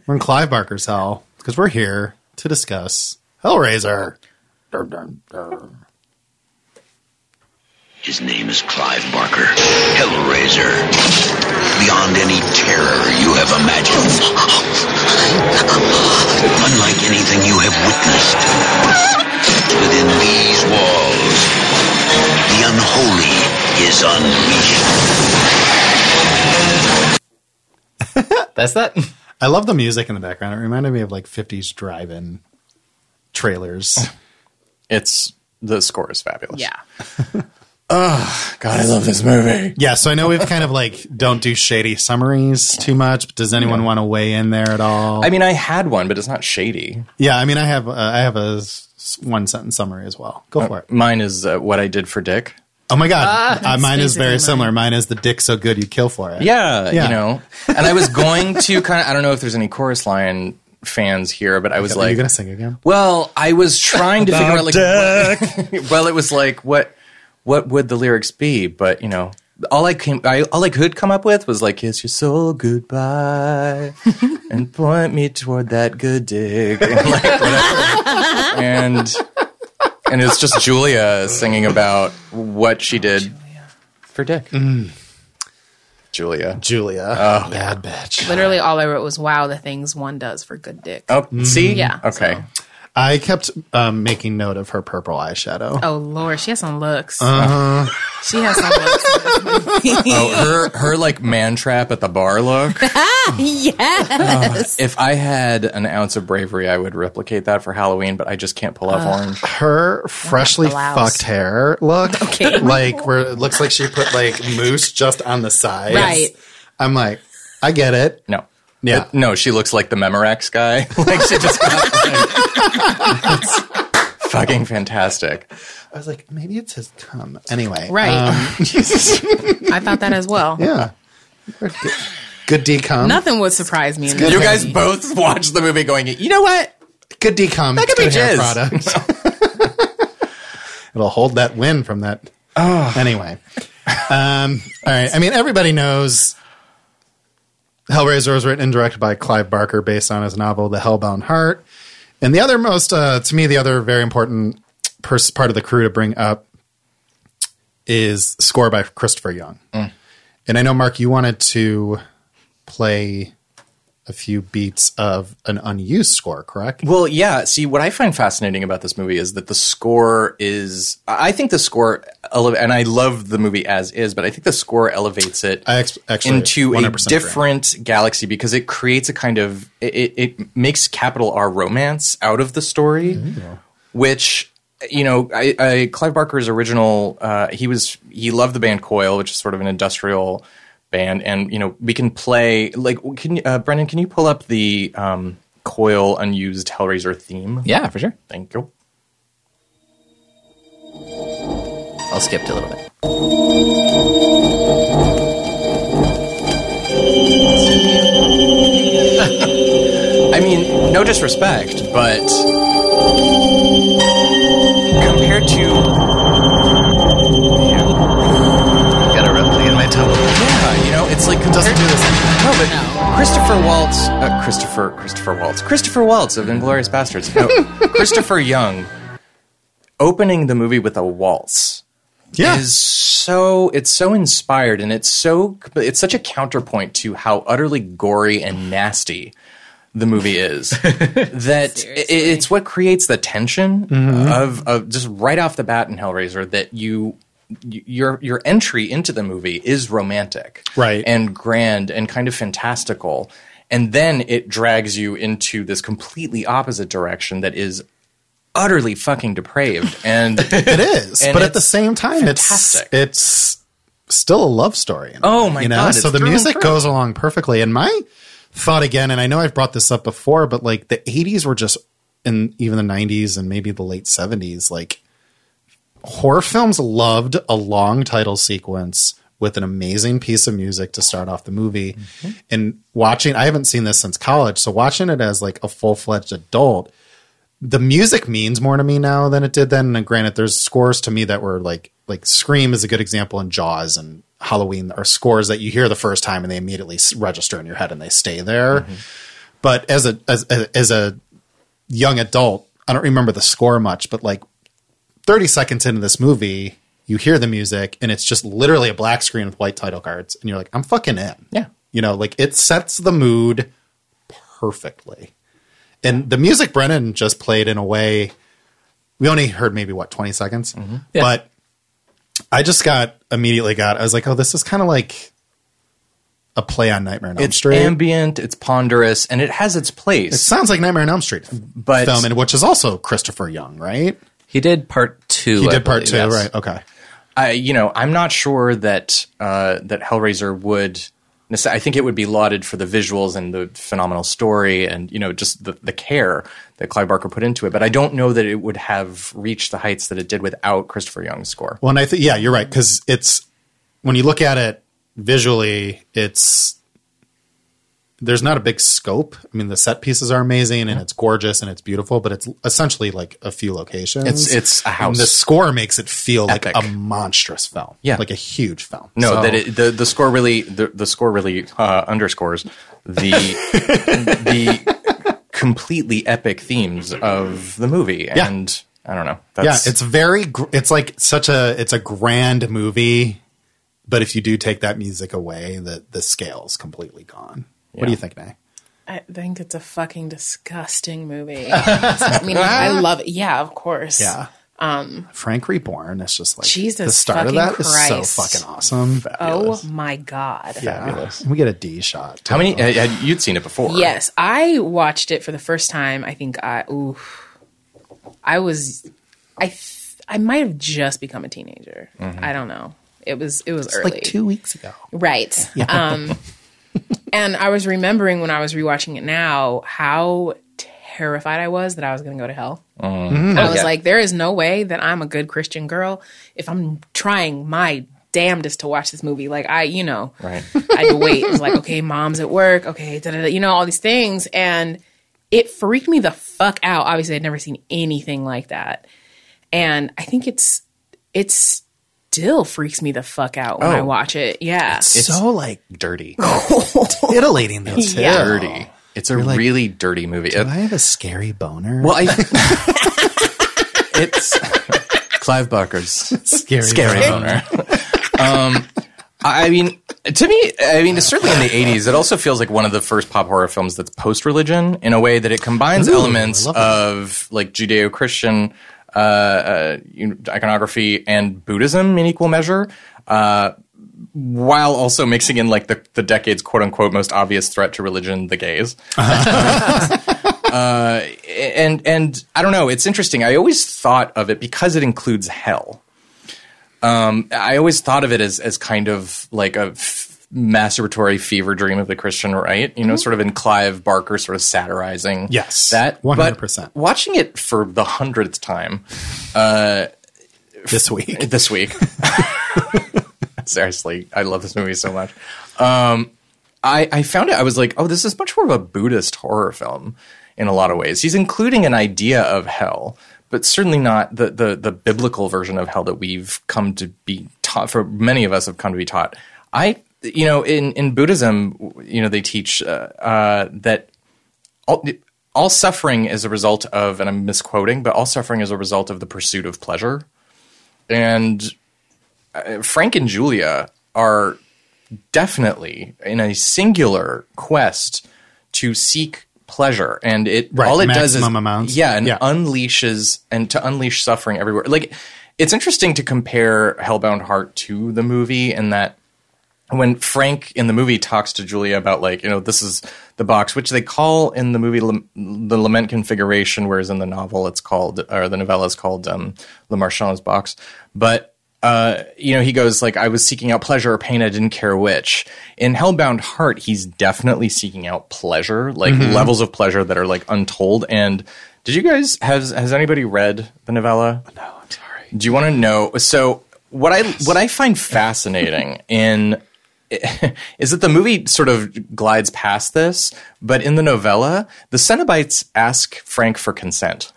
A: we're in Clive Barker's hell because we're here to discuss Hellraiser. Dun, dun, dun.
F: His name is Clive Barker, Hellraiser. Beyond any terror you have imagined. Unlike anything you have witnessed. Within these walls, the unholy is unleashed.
D: That's that.
A: I love the music in the background. It reminded me of like 50s drive in trailers.
B: It's the score is fabulous.
C: Yeah.
B: God, I love this movie.
A: yeah, so I know we've kind of like don't do shady summaries too much, but does anyone want to weigh in there at all?
B: I mean, I had one, but it's not shady.
A: yeah, I mean, I have uh, I have a one sentence summary as well.
B: Oh,
A: Go for it.
B: Mine is uh, what I did for Dick.
A: Oh my god, uh, mine is
C: basically
A: very
C: mine.
A: similar. Mine is the dick so good you kill for it.
B: Yeah,
A: Yeah.
B: you know. And I was going to kind of I don't know if there's any chorus line fans here, but I was
A: Are you
B: like
A: gonna sing again?
B: Well, I was trying to figure out like
E: Duck.
B: what, well, it was like what what would the lyrics be, but you know, all I came I all I could come up with was like kiss your soul goodbye and point me toward that good dig and like whatever. and and it's just Julia singing about what she did for Dick.
A: Mm.
B: Julia.
A: Julia, Oh, bad bitch.
C: Literally, all I wrote was, "Wow, the things one does for good dick."
B: Oh, see?
C: Yeah,
B: Okay.
A: I kept um, making note of her purple eyeshadow.
C: Oh lord, she has some looks.
A: Uh-huh.
C: She has some looks.
B: Oh, her her like man trap at the bar look.
G: yes.
B: If I had an ounce of bravery, I would replicate that for Halloween, but I just can't pull off orange.
A: her freshly
C: blouse.
A: fucked hair look. Like where it looks like she put like mousse just on the side.
G: Right.
A: I'm like, I get it.
B: No.
A: Yeah.
B: It- no, she looks like the Memorex guy. like she just got like- it's fucking fantastic.
A: I was like, maybe it's his cum. Anyway.
C: right.
A: Um,
C: I thought that as well.
A: Yeah. Good, good decom.
C: Nothing would surprise me. In this
B: You guys
C: movie.
B: both watched the movie going, you know what?
A: Good decom. That
B: could be jizz.
A: product. It'll hold that win from that. Anyway. Um, all right. I mean, everybody knows Hellraiser was written and directed by Clive Barker based on his novel, The Hellbound Heart. And the other most, uh, to me, the other very important pers- part of the crew to bring up is score by Christopher Young.
B: Mm.
A: And I know, Mark, you wanted to play a few beats of an unused score, correct?
B: Well, yeah. See, what I find fascinating about this movie is that the score is. I I think the score, ele- and I love the movie as is, but I think the score elevates it
A: I ex- actually
B: into a
A: 100% agree.
B: different galaxy because it creates a kind of it, it- it makes capital R romance out of the story, which you know, I, I Clive Barker's original. Uh, he was he loved the band Coil, which is sort of an industrial band, and you know we can play like can you- uh, Brendan? Can you pull up the um, Coil unused Hellraiser theme?
D: Yeah, for sure.
B: Thank you.
D: I'll skip to a little bit.
B: I mean, no disrespect, but compared to
D: Got a replica in my toe.
B: yeah, Uh, you know, it's like compared
A: Doesn't do this anymore.
B: No, but Christopher Waltz, uh, Christopher, Christopher Waltz, Christopher Waltz of Inglorious Bastards, no, Christopher Young, opening the movie with a waltz
A: Yeah.
B: is so it's so inspired and it's so it's such a counterpoint to how utterly gory and nasty the movie is that i it's what creates the tension
A: Mm-hmm.
B: of, of just right off the bat in Hellraiser that you y- your your entry into the movie is romantic
A: Right.
B: and grand and kind of fantastical and then it drags you into this completely opposite direction that is utterly fucking depraved and
A: It is,
B: And
A: but at
B: it's
A: the same time,
B: fantastic.
A: it's it's still a love story.
B: Oh my God,
A: So
B: it's
A: the
B: through and
A: music
B: through.
A: goes along perfectly. And my thought again, and I know I've brought this up before, but like the '80s were just, and even the '90s and maybe the late '70s, like horror films loved a long title sequence with an amazing piece of music to start off the movie.
B: Mm-hmm.
A: And watching, I haven't seen this since college, so watching it as like a full fledged adult the music means more to me now than it did then. And granted, there's scores to me that were like like Scream is a good example, and Jaws and Halloween are scores that you hear the first time and they immediately s- register in your head and they stay there. But as a as a- as a young adult, I don't remember the score much, but like 30 seconds into this movie, you hear the music and it's just literally a black screen with white title cards, and you're like, I'm fucking in.
B: Yeah.
A: You know, like it sets the mood perfectly. And the music Brennan just played in a way we only heard maybe what 20 seconds.
B: Mm-hmm.
D: Yeah.
A: But I just got immediately got I was like, oh, this is kind of like a play on Nightmare on Elm
B: It's
A: Street.
B: ambient, it's ponderous, and it has its place.
A: it sounds like Nightmare on Elm Street
B: But-
A: film, and which is also Christopher Young, right?
D: He did part two.
A: He
D: I
A: did part
D: believe,
A: two,
D: yes.
A: right? Okay.
B: I, you know, I'm not sure that uh, that Hellraiser would. nece- I think it would be lauded for the visuals and the phenomenal story, and you know, just the, the care that Clive Barker put into it. But I don't know that it would have reached the heights that it did without Christopher Young's score.
A: Well, and I think yeah, you're right because it's when you look at it visually, it's there's not a big scope. I mean, the set pieces are amazing and it's gorgeous and it's beautiful, but it's essentially like a few locations.
B: It's- it's a
A: And the
B: house.
A: score makes it feel
B: Epic.
A: like a monstrous film,
B: Yeah.
A: like a huge film.
B: No,
A: So-
B: that it, the the score really the, the score really uh, underscores the the completely epic themes of the movie,
A: Yeah.
B: and I don't know.
A: yeah, it's very gr- it's like such a it's a grand movie, but if you do take that music away, the the scale's completely gone. What do you think, Nay?
C: I think it's a fucking disgusting movie. I mean, I love it. Yeah, of course.
A: Yeah. Um, Frank Reborn. It's just like
C: Jesus
A: the start of
C: fucking
A: that is
C: Christ.
A: so fucking awesome.
C: Oh my god.
A: Yeah. And we get a D shot.
B: how many uh, uh, you'd seen it before?
C: Yes, I watched it for the first time. I think I ooh, I was, I th- I might have just become a teenager. I don't know. It was it was early,
A: like two weeks ago.
C: right? Um, and I was remembering when I was rewatching it now how terrified I was that I was going to go to hell.
B: Mm-hmm.
C: I was like, there is no way that I'm a good Christian girl if I'm trying my damnedest to watch this movie. Like I, you know,
B: Right.
C: I had to wait. It was like, okay, mom's at work. Okay, da, da, da, you know, all these things. And it freaked me the fuck out. Obviously, I'd never seen anything like that. And I think it's, it still freaks me the fuck out when I
B: Oh.
C: watch it. Yeah.
A: so like
B: dirty.
A: titillating though. Too.
C: Yeah.
B: dirty. It's a
A: like,
B: really dirty movie. It-
A: Do I have a scary boner.
B: well, I, it's Clive Barker's
A: scary,
B: scary
A: boner.
B: boner. um, I I mean, to me, I mean, certainly in the '80s, it also feels like one of the first pop horror films that's post-religion in a way that it combines
A: Ooh, I
B: elements
A: love that.
B: of like Judeo-Christian uh, uh, you know, iconography and Buddhism in equal measure. Uh, while also mixing in like the, the decade's quote unquote most obvious threat to religion, the gays. uh, and and I don't know, it's interesting. I always thought of it because it includes hell. um, I always thought of it as as kind of like a f- masturbatory fever dream of the Christian right, you know, sort of in Clive Barker sort of satirizing
A: Yes,
B: that. But
A: 100%.
B: Watching it for the hundredth time
A: this week.
B: this week, seriously, I love this movie so much. Um, I I found it. I was like, oh, this is much more of a Buddhist horror film in a lot of ways. He's including an idea of hell. But certainly not the, the, the biblical version of hell that we've come to be taught. For many of us, have come to be taught. I, you know, in, in Buddhism, you know, they teach uh, uh, that all, all suffering is a result of, and I'm misquoting, but all suffering is a result of the pursuit of pleasure. And uh, Frank and Julia are definitely in a singular quest to seek pleasure, and it
A: Right,
B: all it does is
A: maximum amounts.
B: yeah, and
A: Yeah.
B: unleashes and to unleash suffering everywhere. Like it's interesting to compare Hellbound Heart to the movie in that when Frank in the movie talks to Julia about like you know this is the box which they call in the movie lam- the lament configuration, whereas in the novel it's called or the novella is called um, Le Marchand's box. But uh, you know he goes like I was seeking out pleasure or pain, I didn't care which. In Hellbound Heart, he's definitely seeking out pleasure, like levels of pleasure that are like untold. And did you guys has has anybody read the novella? No, I'm sorry. Do you want to know? So. What I what I find fascinating in is that the movie sort of glides past this, but in the novella, the Cenobites ask Frank for consent.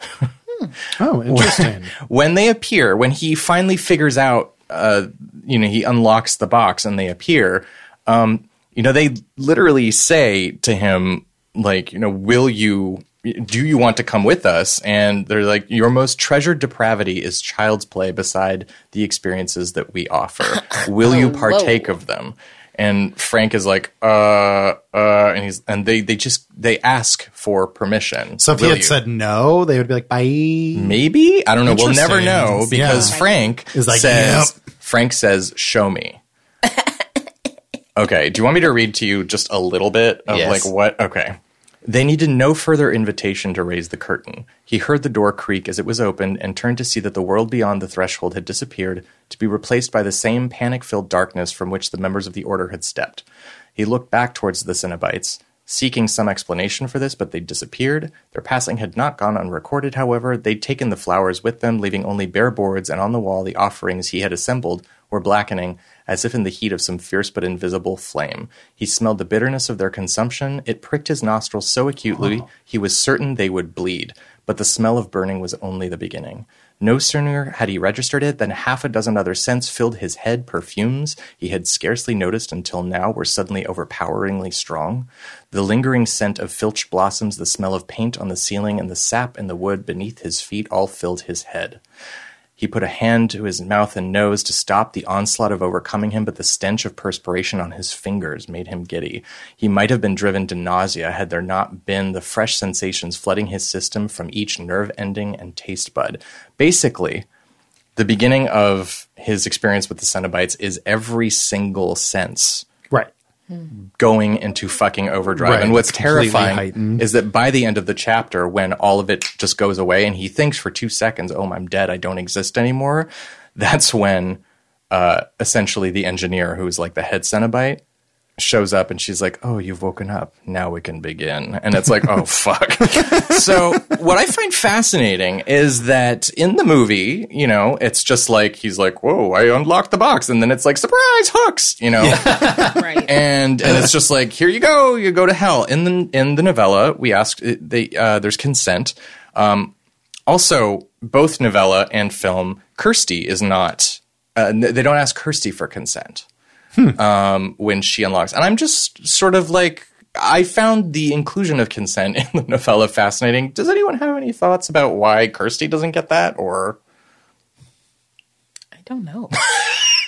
A: Oh, interesting.
B: When they appear, when he finally figures out, uh, you know, he unlocks the box and they appear, um, you know, they literally say to him, like, you know, will you, do you want to come with us? And they're like, your most treasured depravity is child's play beside the experiences that we offer. Will you partake of them? And Frank is like, uh, uh, and he's, and they, they just, they ask for permission.
A: so if he
B: Will
A: had
B: you?
A: said no, they would be like, "Bye."
B: maybe I don't know. We'll never
A: Interesting.
B: know because
A: Yeah.
B: Frank
A: Is like,
B: says Frank says show me, Okay. Do you want me to read to you just a little bit of
D: Yes.
B: like what? Okay. They needed no further invitation to raise the curtain. He heard the door creak as it was opened and turned to see that the world beyond the threshold had disappeared to be replaced by the same panic filled darkness from which the members of the order had stepped. He looked back towards the Cenobites, seeking some explanation for this, but they disappeared. Their passing had not gone unrecorded, however. They'd taken the flowers with them, leaving only bare boards, and on the wall the offerings he had assembled were blackening as if in the heat of some fierce but invisible flame. He smelled the bitterness of their consumption. It pricked his nostrils so acutely he was certain they would bleed. But the smell of burning was only the beginning. No sooner had he registered it than half a dozen other scents filled his head, perfumes he had scarcely noticed until now were suddenly overpoweringly strong. The lingering scent of filched blossoms, the smell of paint on the ceiling, and the sap in the wood beneath his feet all filled his head. He put a hand to his mouth and nose to stop the onslaught of overcoming him, but the stench of perspiration on his fingers made him giddy. He might have been driven to nausea had there not been the fresh sensations flooding his system from each nerve ending and taste bud. Basically, the beginning of his experience with the Cenobites is every single sense
A: Right.
B: going into fucking overdrive.
A: Right,
B: and what's
A: it's completely
B: terrifying
A: heightened.
B: is that by the end of the chapter, when all of it just goes away and he thinks for two seconds, oh, I'm dead, I don't exist anymore, that's when uh, essentially the engineer, who's like the head Cenobite, shows up and she's like, oh, you've woken up. Now we can begin. And it's like, oh, fuck. so what I find fascinating is that in the movie, you know, it's just like, he's like, whoa, I unlocked the box. And then it's like, surprise, hooks, you know?
C: Right.
B: and and it's just like here you go, you go to hell. In the in the novella, we ask they uh, there's consent. Um, also, both novella and film, Kirsty is not. Uh, n- they don't ask Kirsty for consent um, when she unlocks, and I'm just sort of like. I found the inclusion of consent in the novella fascinating. Does anyone have any thoughts about why Kirsty doesn't get that? Or
C: I don't know.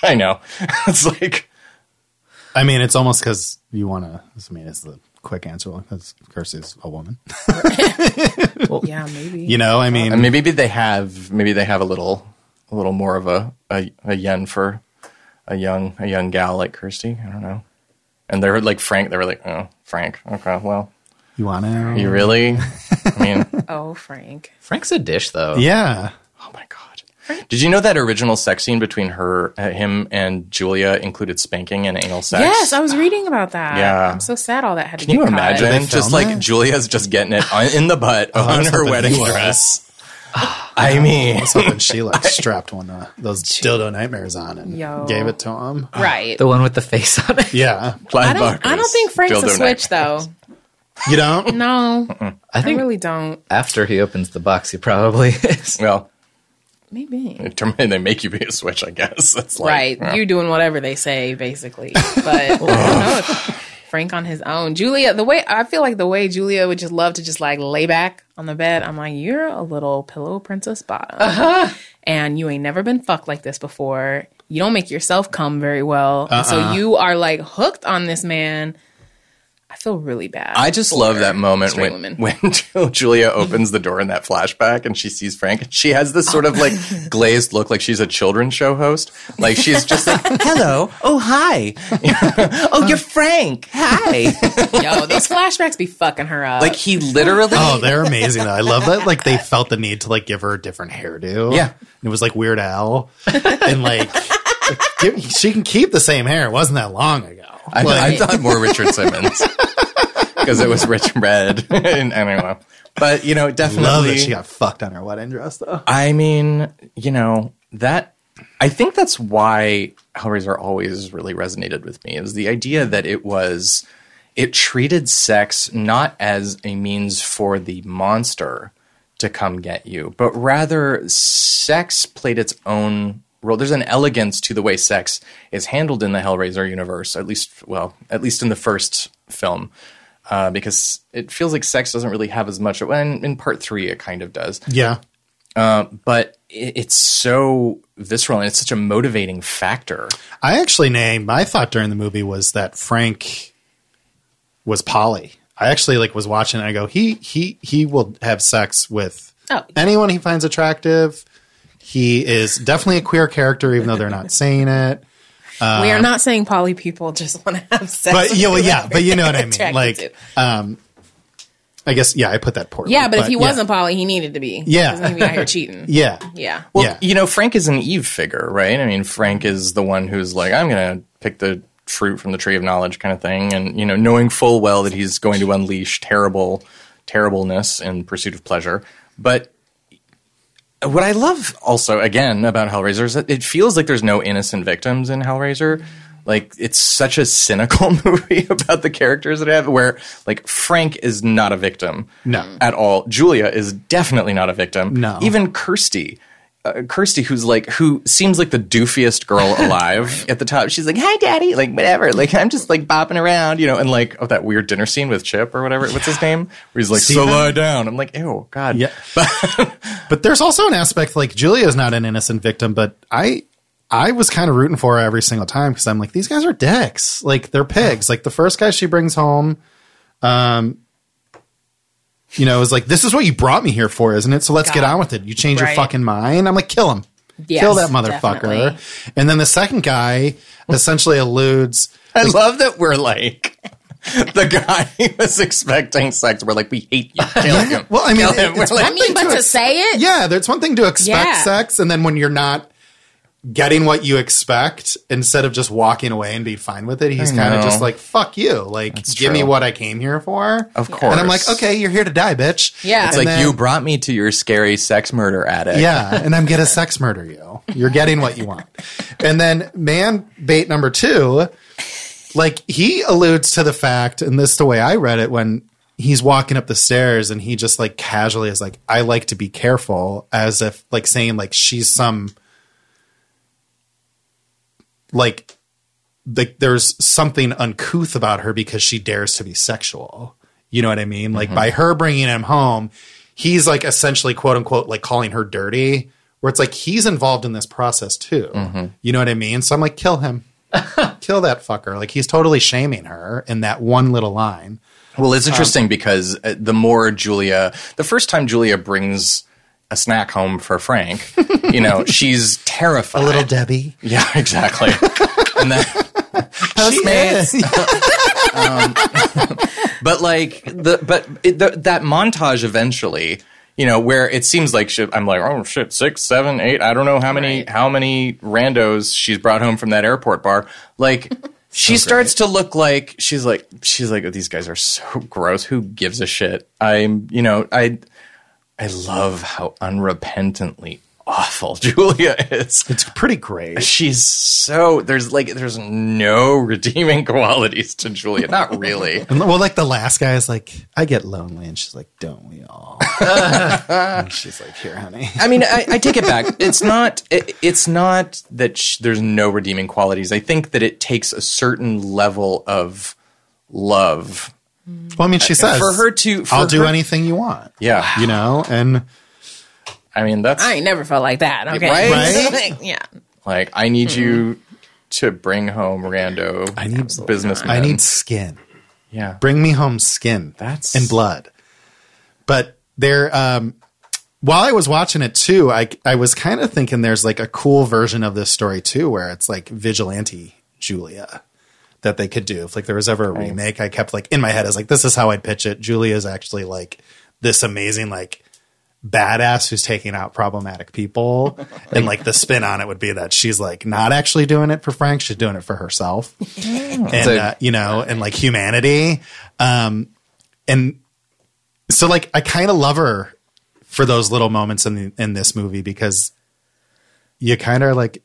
B: I know it's like
A: I mean, it's almost because you want to. I mean, it's the quick answer because Kirsty's a woman.
C: Yeah, maybe.
A: You know, I mean,
B: And
C: Mm-hmm.
B: maybe they have maybe they have a little a little more of a a, a yen for a young a young gal like Kirsty. I don't know. And they were like Frank. They were like, oh, Frank. Okay, well,
A: you want to.
C: Mm-hmm.
B: you really? I mean,
C: Oh, Frank.
D: Frank's a dish, though.
A: Yeah.
B: oh my god. Did you know that original sex scene between her, uh, him, and Julia included spanking and anal sex?
C: Yes, I was reading about that.
B: Yeah.
C: I'm so sad all that had to
B: Can you
C: get cut.
B: imagine?
A: they
B: Just
A: film
B: like
A: that?
B: Julia's just getting it on, in the butt
C: Oh,
B: on
A: that's
B: her
A: not the
B: wedding
A: view.
B: dress. I mean,
A: I was hoping she like strapped one of those dildo nightmares on and
C: Yo.
A: gave it to him.
C: Right.
D: The one with the face on it.
A: Yeah.
C: I don't, I don't think Frank's a switch, though.
A: You don't?
C: No,
D: I
C: I
D: think
C: really don't.
D: after he opens the box, he probably is.
B: Well,
C: Maybe.
B: it term- they make you be a switch, I guess. That's like,
C: right.
B: yeah.
C: You doing whatever they say, basically. But I don't know if Frank on his own. Julia, the way I feel like the way Julia would just love to just like lay back on the bed. I'm like, you're a little pillow princess bottom,
A: Uh-huh.
C: and you ain't never been fucked like this before. You don't make yourself come very well, And
A: Uh-uh.
C: so you are like hooked on this man. I feel really bad.
B: I just love that moment
C: straight
B: when,
C: women.
B: when Julia opens the door in that flashback and she sees Frank and she has this sort of like glazed look like she's a children's show host. Like she's just like, hello. Oh, hi. oh, you're Frank. Hi.
C: Yo, those flashbacks be fucking her up.
B: like he literally.
A: Oh, they're amazing. though. I love that. Like they felt the need to like give her a different hairdo.
B: Yeah.
A: And it was like Weird Al, and like, like, give- she can keep the same hair. It wasn't that long ago.
B: I, I thought more Richard Simmons because it was rich and red. and anyway. But, you know,
A: I
B: definitely.
A: love that she got fucked on her wedding dress though.
B: I mean, you know, that I think that's why Hellraiser always really resonated with me is the idea that it was it treated sex not as a means for the monster to come get you, but rather sex played its own role. There's an elegance to the way sex is handled in the Hellraiser universe, at least well, at least in the first film. Uh, because it feels like sex doesn't really have as much, and in part three it kind of does
A: Yeah.
B: but it, it's so visceral and it's such a motivating factor.
A: I actually named my thought during the movie was that Frank was Polly. I actually like was watching. And I go, he he he will have sex with
C: Oh.
A: anyone he finds attractive. He is definitely a queer character, even though they're not saying it.
C: we are not saying poly people just want to have sex.
A: uh, But
C: with
A: yeah, well,
C: whoever
A: yeah, but you know what I
C: they're
A: mean.
C: attracted
A: Like,
C: to.
A: um, I guess yeah, I put that poorly.
C: yeah, but, if he
A: yeah.
C: wasn't poly, he needed to be.
A: Yeah.
C: Because he'd be out here cheating.
A: yeah,
C: Yeah.
B: Well,
A: Yeah.
B: you know, Frank is an Eve figure, right? I mean, Frank is the one who's like, I'm going to pick the fruit from the tree of knowledge kind of thing. And, you know, knowing full well that he's going to unleash terrible, terribleness in pursuit of pleasure. But what I love also, again, about Hellraiser is that it feels like there's no innocent victims in Hellraiser. Like, it's such a cynical movie about the characters that I have, where, like, Frank is not a victim.
A: No.
B: At all. Julia is definitely not a victim.
A: No.
B: Even Kirsty. Uh, Kirsty, who's like, who seems like the doofiest girl alive at the top. She's like, "Hi, Daddy," like whatever. Like I'm just like bopping around, you know, and like oh that weird dinner scene with Chip or whatever. What's his name? Where he's like, "So
A: Steven?
B: lie down." I'm like, "Ew, God."
A: Yeah. but there's also an aspect like Julia is not an innocent victim, but I I was kind of rooting for her every single time because I'm like, these guys are dicks. Like they're pigs. Like the first guy she brings home, um, you know, is like, this is what you brought me here for, isn't it? So let's get
C: God.
A: on with it. You change your
C: Right.
A: fucking mind. I'm like, kill him.
C: Yes,
A: kill that motherfucker.
C: definitely.
A: And then the second guy essentially alludes
B: I love that we're like the guy who was expecting sex. We're like, we hate you. Kill him.
A: Well, I mean,
B: Kill
A: it-
B: him. We're
A: it's
B: like,
C: I mean, but to say it,
A: yeah, there's one thing to expect
C: Yeah.
A: sex, and then when you're not getting what you expect, instead of just walking away and being fine with it, he's kind of
B: know.
A: just like, "Fuck you! Like, give me
B: true.
A: what I came here for."
B: Of
A: And I'm like,
B: course.
A: "Okay, you're here to die, bitch."
C: Yeah.
B: it's
A: And
B: like
A: then-
B: you brought me to your scary sex murder addict.
A: yeah, and I'm gonna sex murder you. You're getting what you want. And then man bait number two, like he alludes to the fact, and this is the way I read it when he's walking up the stairs and he just like casually is like, I like to be careful, as if like saying like she's some like like there's something uncouth about her because she dares to be sexual. You know what I mean? Like by
B: Mm-hmm.
A: her bringing him home, he's like essentially quote unquote like calling her dirty, where it's like he's involved in this process too.
B: Mm-hmm.
A: You know what I mean? So I'm like, kill him, kill that fucker. Like he's totally shaming her in that one little line.
B: Well, it's interesting because uh, the more Julia, the first time Julia brings a snack home for Frank, you know, she's terrified.
A: A little Debbie.
B: yeah, exactly. and then Postmates. but like the but it, the, that montage eventually you know where it seems like she, i'm like oh shit six seven eight i don't know how many how many randos she's brought home from that airport bar like she starts to look like she's like she's like these guys are so gross who gives a shit i'm you know i i love how unrepentantly awful julia is
A: It's pretty great.
B: she's so there's like there's no redeeming qualities to julia not really
A: And, well, like the last guy is like, I get lonely, and she's like, Don't we all? And she's like, Here, honey.
B: I mean, I, I take it back. It's not. It, it's not that sh- there's no redeeming qualities. I think that it takes a certain level of love
A: Well, I mean, she says
B: for her to. For
A: I'll do
B: her-
A: anything you want.
B: Yeah.
A: You know, and
B: I mean, that's
C: I ain't never felt like that. Okay.
B: Right?
A: Right?
C: yeah.
B: like I need you to bring home Rando. I
A: need-
B: businessmen.
A: I need skin.
B: yeah.
A: Bring me home skin.
B: That's-
A: and blood. But there, um, while I was watching it too, I I was kind of thinking there's like a cool version of this story too, where it's like vigilante Julia that they could do. If like there was ever a remake, I kept like in my head, I was like, this is how I'd pitch it. Julia is actually like this amazing like badass who's taking out problematic people and like the spin on it would be that she's like not actually doing it for frank she's doing it for herself and
D: a-
A: uh, you know and like humanity um and so like i kind of love her for those little moments in the, in this movie because you kind of like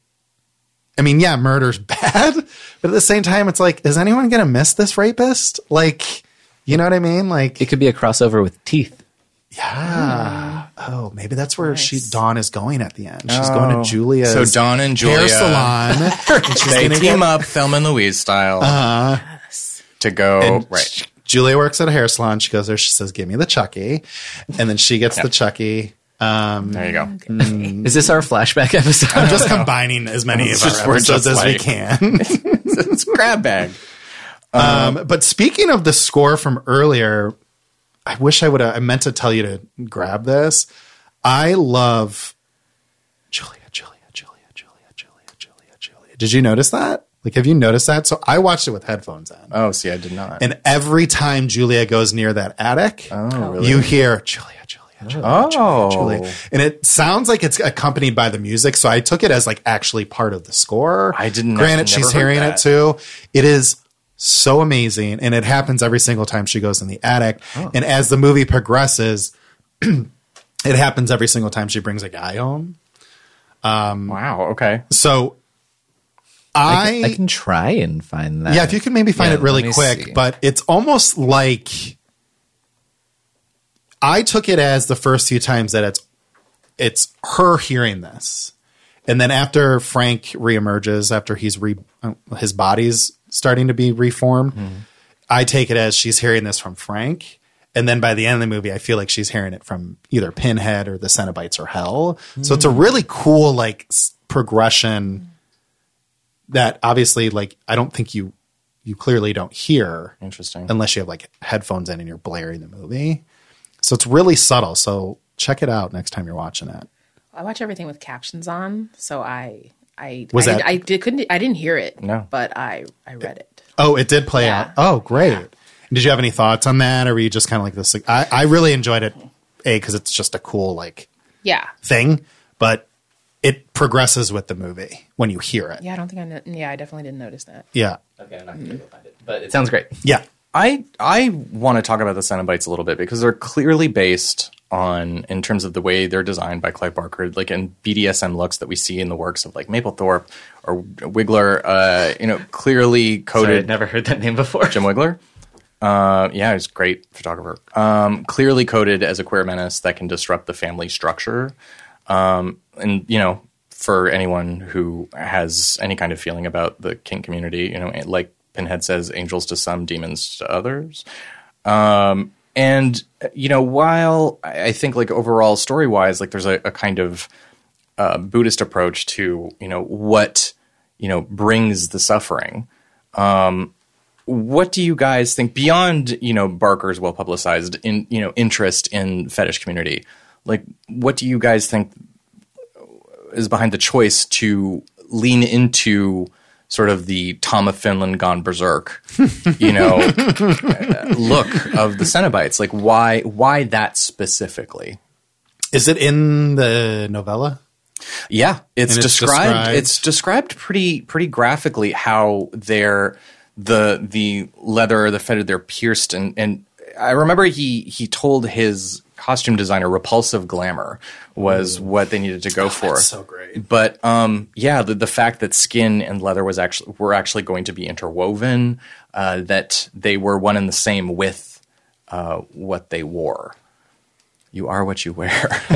A: i mean yeah murder's bad but at the same time it's like is anyone gonna miss this rapist like you know what i mean like
D: It could be a crossover with teeth.
A: Oh, maybe that's where she Dawn is going at the end. She's going to Julia's
B: So Dawn and Julia
A: hair salon. and she's
B: They
A: gonna
B: team
A: get- Uh-huh.
B: up, Thelma and Louise style, to go oh, right.
A: Julia works at a hair salon. She goes there. She says, "Give me the Chucky," and then she gets the Chucky.
B: There you go.
D: Is this our flashback episode?
A: I'm just combining as many
B: It's
A: of
B: just-
A: our
B: we're
A: episodes as
B: just
A: we
B: like-
A: can.
B: it's a grab bag.
A: Um, but speaking of the score from earlier, I wish I would have. I meant to tell you to grab this. I love Julia, Julia, Julia, Julia, Julia, Julia, Julia. Did you notice that? Like, have you noticed that? So I watched it with headphones on.
B: Oh, see, I did not.
A: And every time Julia goes near that attic, you hear Julia, Julia, Julia,
B: oh,
A: Julia. And it sounds like it's accompanied by the music. So I took it as like actually part of the score.
B: I didn't-
A: Granted,
B: never
A: she's
B: heard
A: hearing
B: that.
A: it too. It is so amazing. And it happens every single time she goes in the attic. And as the movie progresses, it happens every single time she brings a guy home.
B: wow. Okay.
A: So I,
D: I can try and find that.
A: yeah, if you can maybe find
D: Yeah,
A: it really
D: let me
A: quick,
D: see.
A: but it's almost like I took it as the first few times that it's it's her hearing this. And then after Frank reemerges, after he's re uh, his body's starting to be reformed, I take it as she's hearing this from Frank. And then by the end of the movie, I feel like she's hearing it from either Pinhead or the Cenobites or Hell. So it's a really cool like s- progression that obviously like I don't think you you clearly don't hear
B: Interesting.
A: unless you have like headphones in and you're blaring the movie. So it's really subtle. So check it out next time you're watching it.
C: I watch everything with captions on, so I I
A: Was
C: I,
A: that-
C: did, I did, couldn't I didn't hear it.
B: No.
C: but I I read it.
A: Oh, it did play
C: Yeah.
A: out. Oh, great. Did you have any thoughts on that, or were you just kind of like this? Like, I I really enjoyed it, a because it's just a cool like
C: Yeah,
A: thing, but it progresses with the movie when you hear it.
C: yeah. I don't think I know. Yeah, I definitely didn't notice that.
A: Yeah,
D: Okay, I'm not gonna go find it, but it sounds great.
A: yeah.
B: I I want to talk about the Cenobites a little bit because they're clearly based on in terms of the way they're designed by Clive Barker, like in BDSM looks that we see in the works of like Maplethorpe or Wiggler. Uh, you know, clearly
D: Sorry,
B: coded
D: I'd never heard that name before.
B: Jim Wiggler. Uh, yeah, he's a great photographer. Um, clearly coded as a queer menace that can disrupt the family structure. Um, and you know, for anyone who has any kind of feeling about the kink community, you know, like Pinhead says, angels to some, demons to others. Um, and you know, while I I think like overall story wise, like there's a, a kind of uh, Buddhist approach to you know what you know brings the suffering um, what do you guys think beyond you know Barker's well publicized in you know interest in fetish community? Like, what do you guys think is behind the choice to lean into sort of the Tom of Finland gone berserk, you know, uh, look of the Cenobites? Like, why why that specifically?
A: Is it in the novella?
B: Yeah, it's,
A: And it's
B: described,
A: described-
B: It's described pretty pretty graphically how they're the the leather, the feather, they're pierced, and and I remember he he told his costume designer repulsive glamour was what they needed to
A: Oh,
B: go for. so great. But um, yeah, the the fact that skin and leather was actually were actually going to be interwoven, uh, that they were one and the same with uh, what they wore. You are what you wear.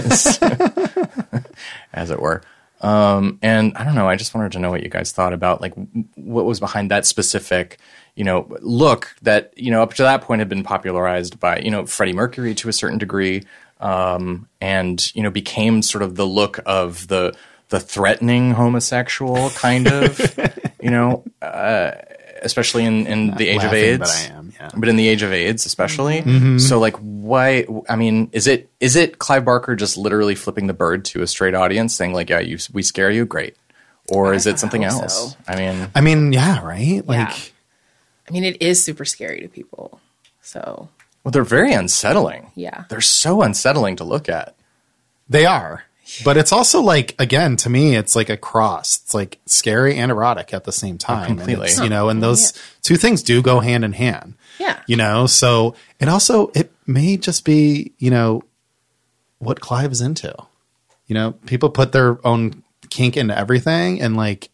B: as it were. Um, and I don't know. I just wanted to know what you guys thought about like w- what was behind that specific, you know, look that you know up to that point had been popularized by you know Freddie Mercury to a certain degree, um, and you know became sort of the look of the the threatening homosexual kind of, you know, uh, especially in in the age of
A: laughing,
B: AIDS.
A: but I am, yeah.
B: But in the age of AIDS, especially. So like, why? I mean, is it is it Clive Barker just literally flipping the bird to a straight audience, saying like, "Yeah, you we scare you, great," or is it something
C: hope
B: else?
C: so.
B: I mean,
A: I mean, yeah, right. Like,
C: I mean, it is super scary to people. So
B: well, they're very unsettling.
C: Yeah.
B: they're so unsettling to look at.
A: They are. But it's also like again to me it's like a cross. It's like scary and erotic at the same time. And
B: completely.
A: it's, you know, and those two things do go hand in hand.
C: Yeah.
A: You know, so and also it may just be, you know, what Clive's into. You know, people put their own kink into everything and like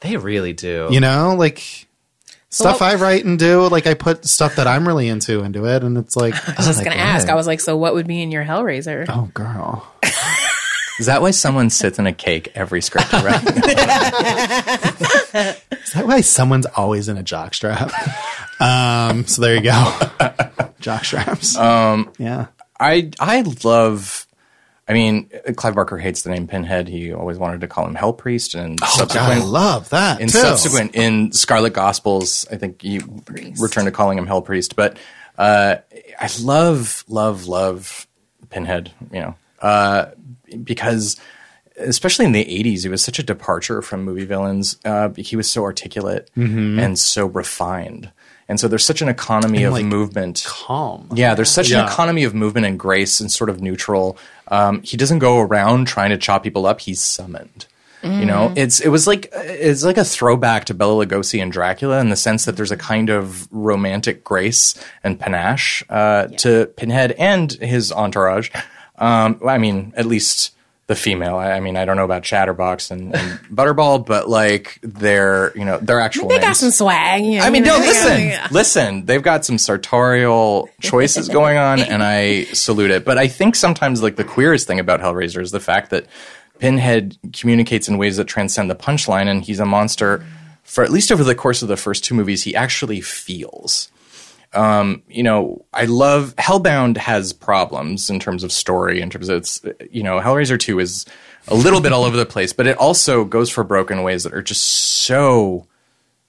D: They really do.
A: you know, like stuff
C: what-
A: I write and do, like I put stuff that I'm really into into it and it's like,
C: I was
D: my
C: gonna
D: God.
C: ask. I was like, so what would be in your Hellraiser?
A: oh girl.
B: Is that why someone sits in a cake every script? Right?
A: Is that why someone's always in a jockstrap? um, so there you go. Jockstraps. Um, yeah.
B: I I love. I mean, Clive Barker hates the name Pinhead. He always wanted to call him Hell Priest, and
A: God, I
B: subsequent
A: love that.
B: in
A: too.
B: subsequent in Scarlet Gospels, I think you return to calling him Hell Priest, but uh, I love, love, love Pinhead, you know, uh, because especially in the 80s, it was such a departure from movie villains. Uh, he was so articulate
A: Mm-hmm.
B: and so refined. And so there's such an economy of
A: like,
B: movement.
A: Calm.
B: Yeah, there's such an
A: Yeah.
B: economy of movement and grace and sort of neutral. Um, he doesn't go around trying to chop people up. He's summoned. You know,
C: Mm.
B: it's it was like it's like a throwback to Bela Lugosi and Dracula in the sense that there's a kind of romantic grace and panache uh, to Pinhead and his entourage. Um, well, I mean, at least the female. I, I mean, I don't know about Chatterbox and, and Butterball, but like their you know their actual
C: They got
B: names.
C: some swag. You know,
B: I mean, no,
C: they got-
B: listen, listen. They've got some sartorial choices going on, and I salute it. But I think sometimes, like, the queerest thing about Hellraiser is the fact that Pinhead communicates in ways that transcend the punchline, and he's a monster for at least over the course of the first two movies, he actually feels Um, you know, I love Hellbound has problems in terms of story, in terms of its, you know, Hellraiser 2 is a little bit all over the place, but it also goes for broken ways that are just so,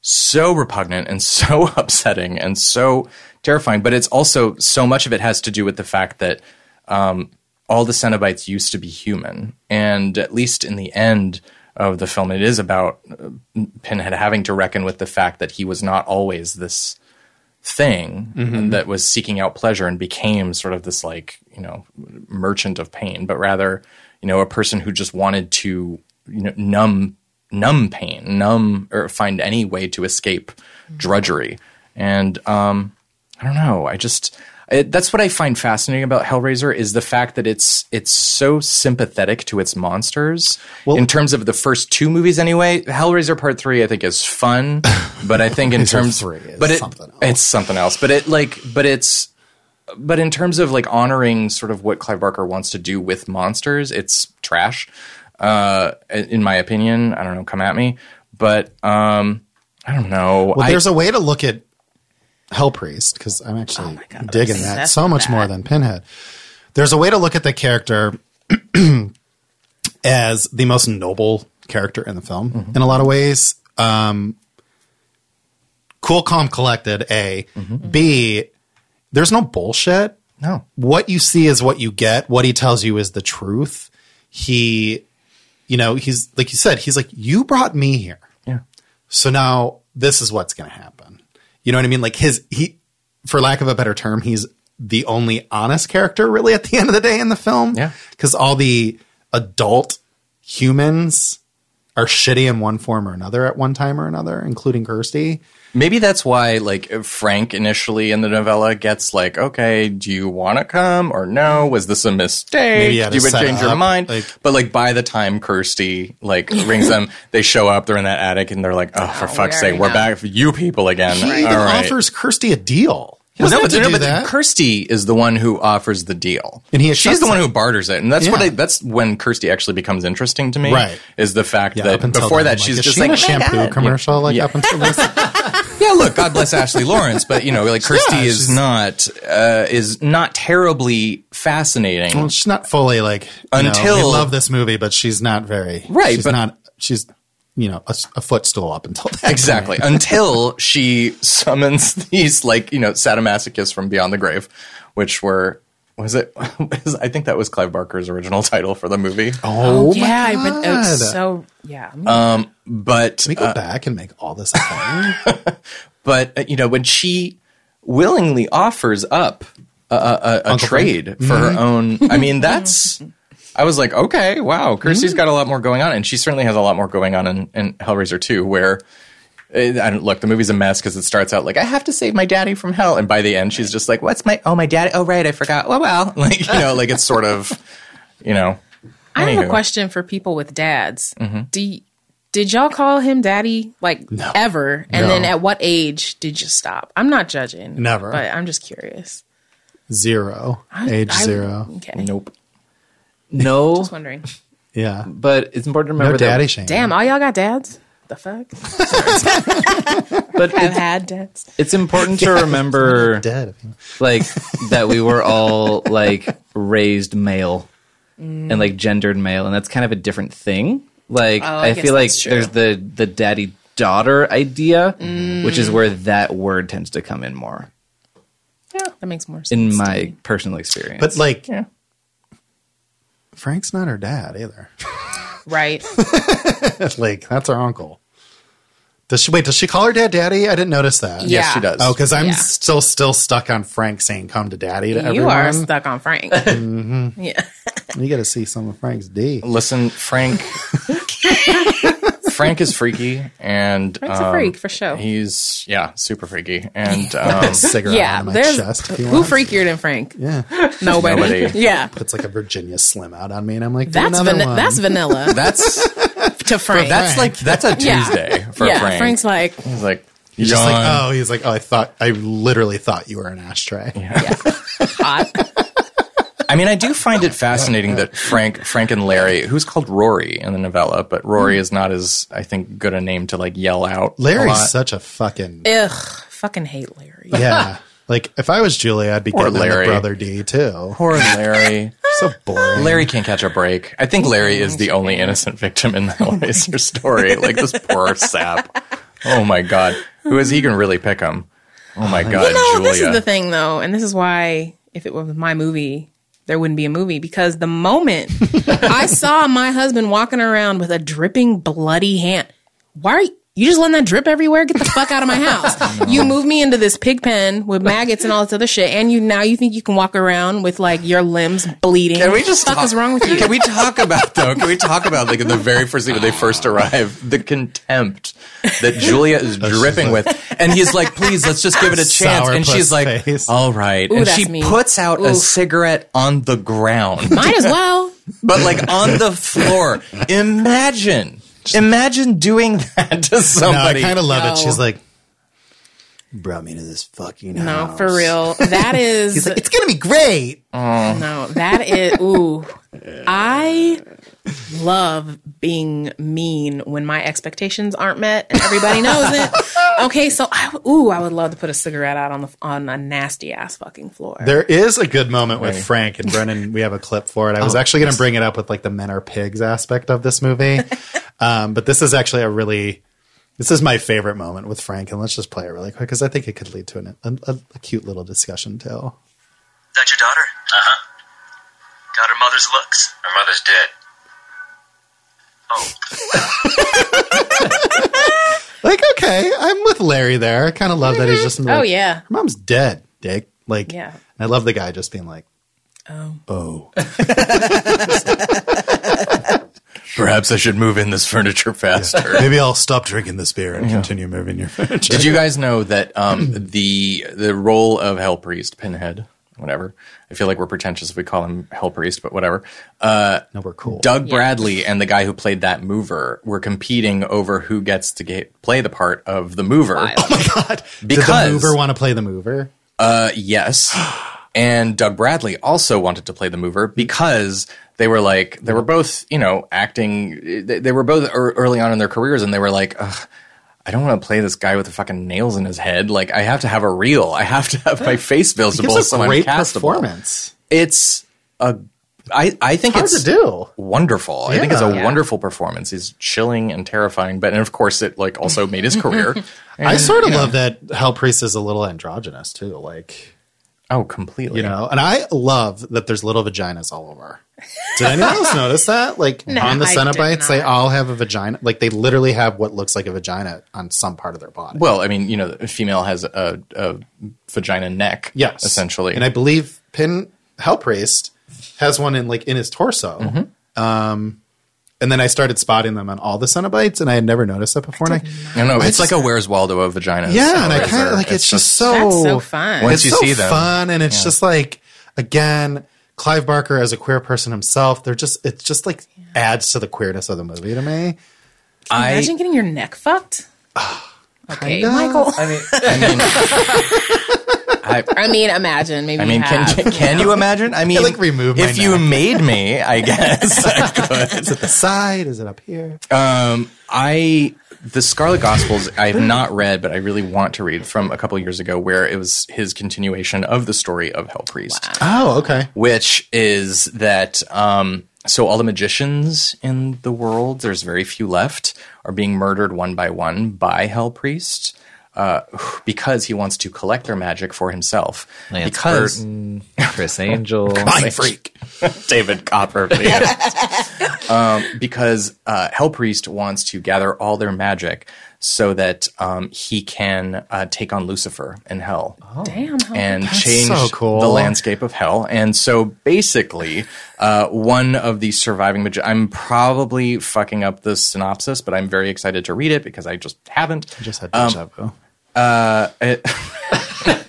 B: so repugnant and so upsetting and so terrifying. But it's also so much of it has to do with the fact that um, all the Cenobites used to be human. And at least in the end of the film, it is about uh, Pinhead having to reckon with the fact that he was not always this thing that was seeking out pleasure and became sort of this like you know merchant of pain but rather you know a person who just wanted to you know numb numb pain numb or find any way to escape drudgery and um I don't know. I just it, that's what I find fascinating about Hellraiser is the fact that it's it's so sympathetic to its monsters. in terms of the first two movies, anyway, Hellraiser Part Three I think is fun, but I think in terms
A: three is
B: but it,
A: something else.
B: it's something else. But it like but it's but in terms of like honoring sort of what Clive Barker wants to do with monsters, it's trash. Uh, in my opinion, I don't know. Come at me, but um, I don't know.
A: Well,
B: I-
A: there's a way to look at Hell Priest because I'm actually digging that
C: obsessed
A: so
C: with
A: much
C: that.
A: more than Pinhead. There's a way to look at the character as the most noble character in the film in a lot of ways. Um, cool, calm, collected. A, B. There's no bullshit.
B: no.
A: What you see is what you get. What he tells you is the truth. He, you know, he's like you said. He's like, you brought me here.
B: Yeah.
A: So now this is what's going to happen. You know what I mean? Like his he for lack of a better term, he's the only honest character really at the end of the day in the film.
B: Yeah.
A: Cuz all the adult humans are shitty in one form or another at one time or another, including Kirsty.
B: Maybe that's why, like, Frank initially in the novella gets like, okay, do you want to come or no? Was this a mistake?
A: Maybe you had
B: Do you
A: to set
B: change your
A: up,
B: mind?
A: like-
B: but, like, by the time Kirsty, like, rings them, they show up, they're in that attic, and they're like, oh, for fuck's sake,
C: already
B: we're
C: know.
B: back for you people again.
A: He even
B: All right.
A: offers Kirsty a deal. He
B: Well,
A: doesn't
B: no,
A: have
B: but,
A: to
B: no,
A: do
B: but
A: that.
B: Kirsty is the one who offers the deal,
A: And he
B: she's
A: accepts
B: the one
A: it.
B: who barters it, and that's what
A: Yeah.
B: I, that's when Kirsty actually becomes interesting to me.
A: Right.
B: is the fact
A: Yeah, up
B: that
A: until
B: before
A: then,
B: that
A: I'm
B: she's
A: is
B: just
A: she
B: like
A: in a
B: "Oh my
A: shampoo
B: God."
A: commercial, like
B: Yeah.
A: up until this.
B: Yeah, look, God bless Ashley Lawrence, but you know, like Kirsty
A: Yeah,
B: is
A: she's-
B: not uh, is not terribly fascinating.
A: Well, she's not fully like you know,
B: Until-
A: we love this movie, but she's not very
B: Right,
A: She's
B: but-
A: not. She's you know a, s- a footstool up until that.
B: exactly until she summons these like you know sadomasochists from beyond the grave, which were was it? was- I think that was Clive Barker's original title for the movie.
A: Oh, my
C: yeah, but it's
A: God.
C: so yeah. I mean,
B: But
A: Can
B: Uh,
A: we go back and make all this a thing?
B: but uh, you know when she willingly offers up a, a, a, a trade for her own i mean that's i was like okay wow kirsty's got a lot more going on and she certainly has a lot more going on in, in hellraiser 2 where uh, I don't, look, the movie's a mess because it starts out like I have to save my daddy from hell, and by the end she's just like, "What's my? Oh, my daddy. Oh, right, I forgot. Oh, well." Like you know, like it's sort of, you know,
C: I have
B: Anywho.
C: a question for people with dads.
A: Mm-hmm.
C: Do y- did y'all call him daddy like ever? And then at what age did you stop? I'm not judging.
A: Never.
C: But I'm just curious.
A: Zero, age
C: I-
A: zero.
C: Okay.
B: nope.
D: No,
C: Just wondering.
A: Yeah,
D: but it's important to remember
A: no
D: that-
A: daddy shame.
C: Damn, all y'all got dads? The fuck?
D: But
C: I've
D: it's,
C: had dads.
D: it's important to remember,
A: dead.
D: like that we were all like raised male
C: Mm.
D: and like gendered male, and that's kind of a different thing. Like I,
C: Oh, guess
D: feel like
C: that's true.
D: there's the the daddy daughter idea,
C: Mm.
D: which is where that word tends to come in more,
C: Yeah, that makes more sense.
D: in
C: to
D: my
C: me.
D: personal experience.
A: But like,
B: Yeah.
A: Frank's not her dad either.
C: right?
A: like that's her uncle. Does she wait? Does she call her dad daddy? I didn't notice that.
C: Yeah.
B: Yes, she does.
A: Oh, because I'm
C: Yeah.
A: still still stuck on Frank saying "come to daddy" to
C: You
A: everyone. Mm-hmm.
C: are stuck on Frank. Yeah.
A: You got to see some of Frank's D.
B: Listen, Frank. Frank is freaky, and
C: Frank's a
B: um,
C: freak for sure.
B: He's yeah, super freaky, and um,
A: Cigarette
C: yeah,
A: on my
C: there's
A: chest. If you
C: who
A: want.
C: freakier than Frank?
A: Yeah,
C: Nobody.
B: Nobody.
C: Yeah,
A: puts like a Virginia Slim out on me, and I'm like,
C: that's
A: another
C: van-
A: one.
C: that's vanilla
B: that's
C: to Frank.
B: that's like that's a
C: Yeah.
B: Tuesday for
C: yeah,
B: Frank.
C: Frank's like
B: he's like
A: He's just like,
B: "Yawn."
A: oh, he's like, oh, I thought, I literally thought you were an ashtray.
B: oh.
C: hot.
B: I mean, I do find it fascinating that Frank, Frank and Larry, who's called Rory in the novella, but
C: Hmm.
B: Rory is not as I think good a name to like yell out. a lot.
A: Larry's such a fucking
C: Ugh, fucking hate Larry.
A: yeah. Like if I was Julia, I'd be
B: Or
A: getting Larry.
B: Larry.
A: brother D too.
B: poor Larry.
A: So boring.
B: Larry can't catch a break. I think Larry is the only innocent victim in the Hellraiser story. Like this poor sap. Oh my god, who is he can really pick him? Oh my god,
C: You know,
B: Julia.
C: this is the thing though, and this is why if it was my movie, there wouldn't be a movie because the moment I saw my husband walking around with a dripping bloody hand, why are you, you just letting that drip everywhere? Get the fuck out of my house. you move me into this pig pen with maggots and all this other shit, and you now you think you can walk around with like your limbs bleeding.
B: Can we just
C: the fuck
B: talk-
C: is wrong with you?
B: Can we talk about though? Can we talk about like the very first thing when they first arrive, the contempt that Julia is dripping with, and he's like, "Please, let's just give it a chance," and
A: Sourpuss
B: she's like,
A: face.
B: "All right," and
C: that's
B: she
C: me.
B: puts out a
C: Oof.
B: cigarette on the ground,
C: Might as well.
B: but like on the floor. Imagine, imagine doing that to
A: No, I
B: somebody.
A: kind of love it.
C: No.
A: She's like, brought me to this fucking
C: No,
A: house.
C: for real. That is
A: He's like, it's gonna be great.
C: No, that is ooh. I love being mean when my expectations aren't met and everybody knows it. Okay, so I w- ooh, I would love to put a cigarette out on the on a nasty ass fucking floor.
A: There is a good moment with Frank and Brennan. We have a clip for it. I was
C: Oh,
A: actually going to bring it up with like the men are pigs aspect of this movie, um, but this is actually a really this is my favorite moment with Frank. And let's just play it really quick because I think it could lead to an, a, a, a cute little discussion too.
H: That your daughter? Uh huh. Got her mother's looks. Her mother's dead. Oh,
A: Like, okay, I'm with Larry there. I kind of love that he's just. Like,
C: Oh, yeah.
A: her mom's dead, Dick. Like,
C: Yeah.
A: I love the guy just being like, oh, oh,
B: Perhaps I should move in this furniture faster.
A: maybe I'll stop drinking this beer and continue moving your furniture.
B: Did you guys know that um, the the role of Hell Priest, Pinhead, whatever? I feel like we're pretentious if we call him Hell Priest, but whatever. Uh,
A: No, we're cool.
B: Doug Bradley and the guy who played that mover were competing over who gets to get, play the part of the mover.
A: Did the
B: because-
A: mover want to play the mover?
B: Uh, yes. And Doug Bradley also wanted to play the mover because they were like, they were both, you know, acting, they, they were both ear- early on in their careers and they were like, Ugh, I don't want to play this guy with the fucking nails in his head. Like, I have to have a reel. I have to have my face visible
A: Gives
B: so
A: a
B: I'm
A: great
B: castable.
A: performance.
B: It's a, I, I think
A: Hard
B: it's
A: to do.
B: wonderful. I think it's a
A: Yeah.
B: wonderful performance. He's chilling and terrifying, but, and of course it like also made his career.
A: I sort of love that Hell Priest is a little androgynous too. Like,
B: Oh, completely.
A: you know, and I love that there's little vaginas all over. Did anyone else notice that? Like on the
C: I did
A: Cenobites, they
C: not.
A: all have a vagina. Like they literally have what looks like a vagina on some part of their body.
B: Well, I mean, you know, a female has a, a vagina neck,
A: yes,
B: essentially.
A: And I believe Pin Hell Priest has one in like in his torso. Um, and then I started spotting them on all the Cenobites, and I had never noticed that before. And I,
B: no, no, it's
A: just-
B: like a Where's Waldo of vaginas.
A: Yeah, and I
B: Hellraiser.
A: kind of like it's, just so
C: That's so fun.
B: Oh. Once
A: it's
B: you
A: so
B: see them.
A: fun, and it's just like again, Clive Barker as a queer person himself. They're just it's just like adds to the queerness of the movie to me.
B: I,
C: Imagine getting your neck fucked. Okay,
A: Kinda.
C: Michael.
B: I mean, I mean, I,
C: I mean, imagine maybe.
B: I mean,
C: you
B: can
C: have.
B: can you imagine? I mean,
A: like, remove my
B: if you
A: neck.
B: made me, I guess I could.
A: Is it the side? Is it up here?
B: Um, I the Scarlet Gospels I have not read, but I really want to read from a couple years ago, where it was his continuation of the story of Hell Priest.
A: Oh, okay.
B: which is that um, so all the magicians in the world, there's very few left, are being murdered one by one by Hell Priest. uh, because he wants to collect their magic for himself.
D: Lance
B: because
D: Burton, Chris Angel.
A: Mind freak.
B: David Copperfield. um, because uh, Hell Priest wants to gather all their magic so that um, he can uh, take on Lucifer in Hell
C: Damn. How
B: and change
A: Oh. so cool.
B: the landscape of Hell. And so basically, uh, one of the surviving magi- I'm probably fucking up the synopsis, but I'm very excited to read it because I just haven't.
A: Just had deja vu.
B: Um, uh, it-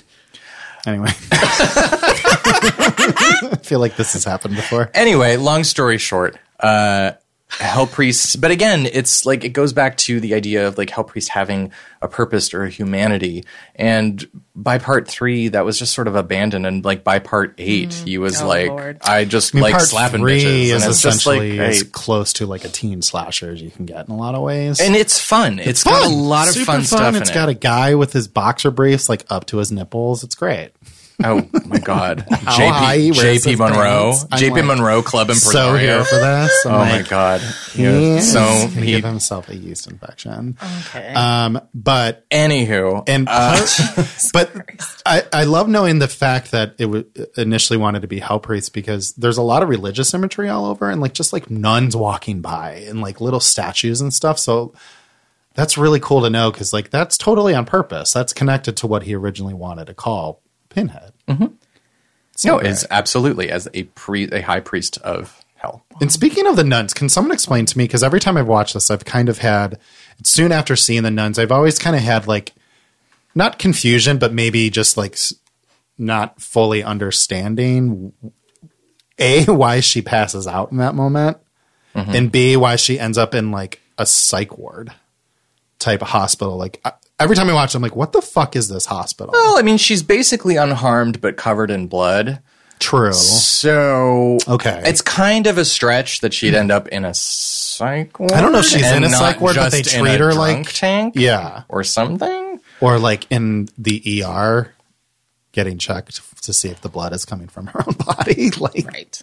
A: Anyway. I feel like this has happened before.
B: anyway, long story short, uh, Hell Priest, but again, it's like it goes back to the idea of like Hell Priest having a purpose or a humanity. And by part three, that was just sort of abandoned. And like by part eight, he was
C: Oh,
B: like,
C: Lord.
B: I just
A: I mean,
B: like
A: part
B: slapping
A: three
B: bitches.
A: is
B: and it's just like,
A: essentially as
B: hey.
A: close to like a teen slasher as you can get in a lot of ways.
B: and it's fun. it's got a lot of
A: Super
B: fun, stuff in
A: It's
B: it.
A: got a guy with his boxer briefs like up to his nipples. It's great.
B: oh my god,
A: high he
B: JP,
A: wears
B: JP
A: his
B: Monroe,
A: pants. I'm
B: JP
A: like,
B: Monroe Club in
A: So
B: Pretoria.
A: here for this. I'm
B: oh
A: like,
B: my god, He
A: Yeah.
B: was
A: He's
B: so
A: gonna
B: he.
A: give himself a yeast infection.
C: Okay.
B: Uh,
A: Um, but
B: Anywho,
A: and but I, I love knowing the fact that it w- initially wanted to be hell priests because there's a lot of religious imagery all over and like just like nuns walking by and like little statues and stuff. So that's really cool to know because like that's totally on purpose. That's connected to what he originally wanted to call Pinhead.
B: Mm-hmm. No, it's absolutely as a pre a high priest of hell.
A: And speaking of the nuns, can someone explain to me? Because every time I've watched this, I've kind of had soon after seeing the nuns, I've always kind of had like not confusion, but maybe just like s- not fully understanding a why she passes out in that moment, and b why she ends up in like a psych ward type of hospital. Like I, every time I watch, it, I'm like, what the fuck is this hospital?
B: Well, I mean, she's basically unharmed but covered in blood.
A: True.
B: So
A: Okay.
B: it's kind of a stretch that she'd end up in a psych ward.
A: I don't know if she's
B: and
A: in a
B: not
A: psych ward, but they
B: just in
A: treat
B: a
A: her
B: drunk
A: like-
B: tank,
A: Yeah.
B: or something.
A: or like in the ER getting checked to see if the blood is coming from her own body like
C: right.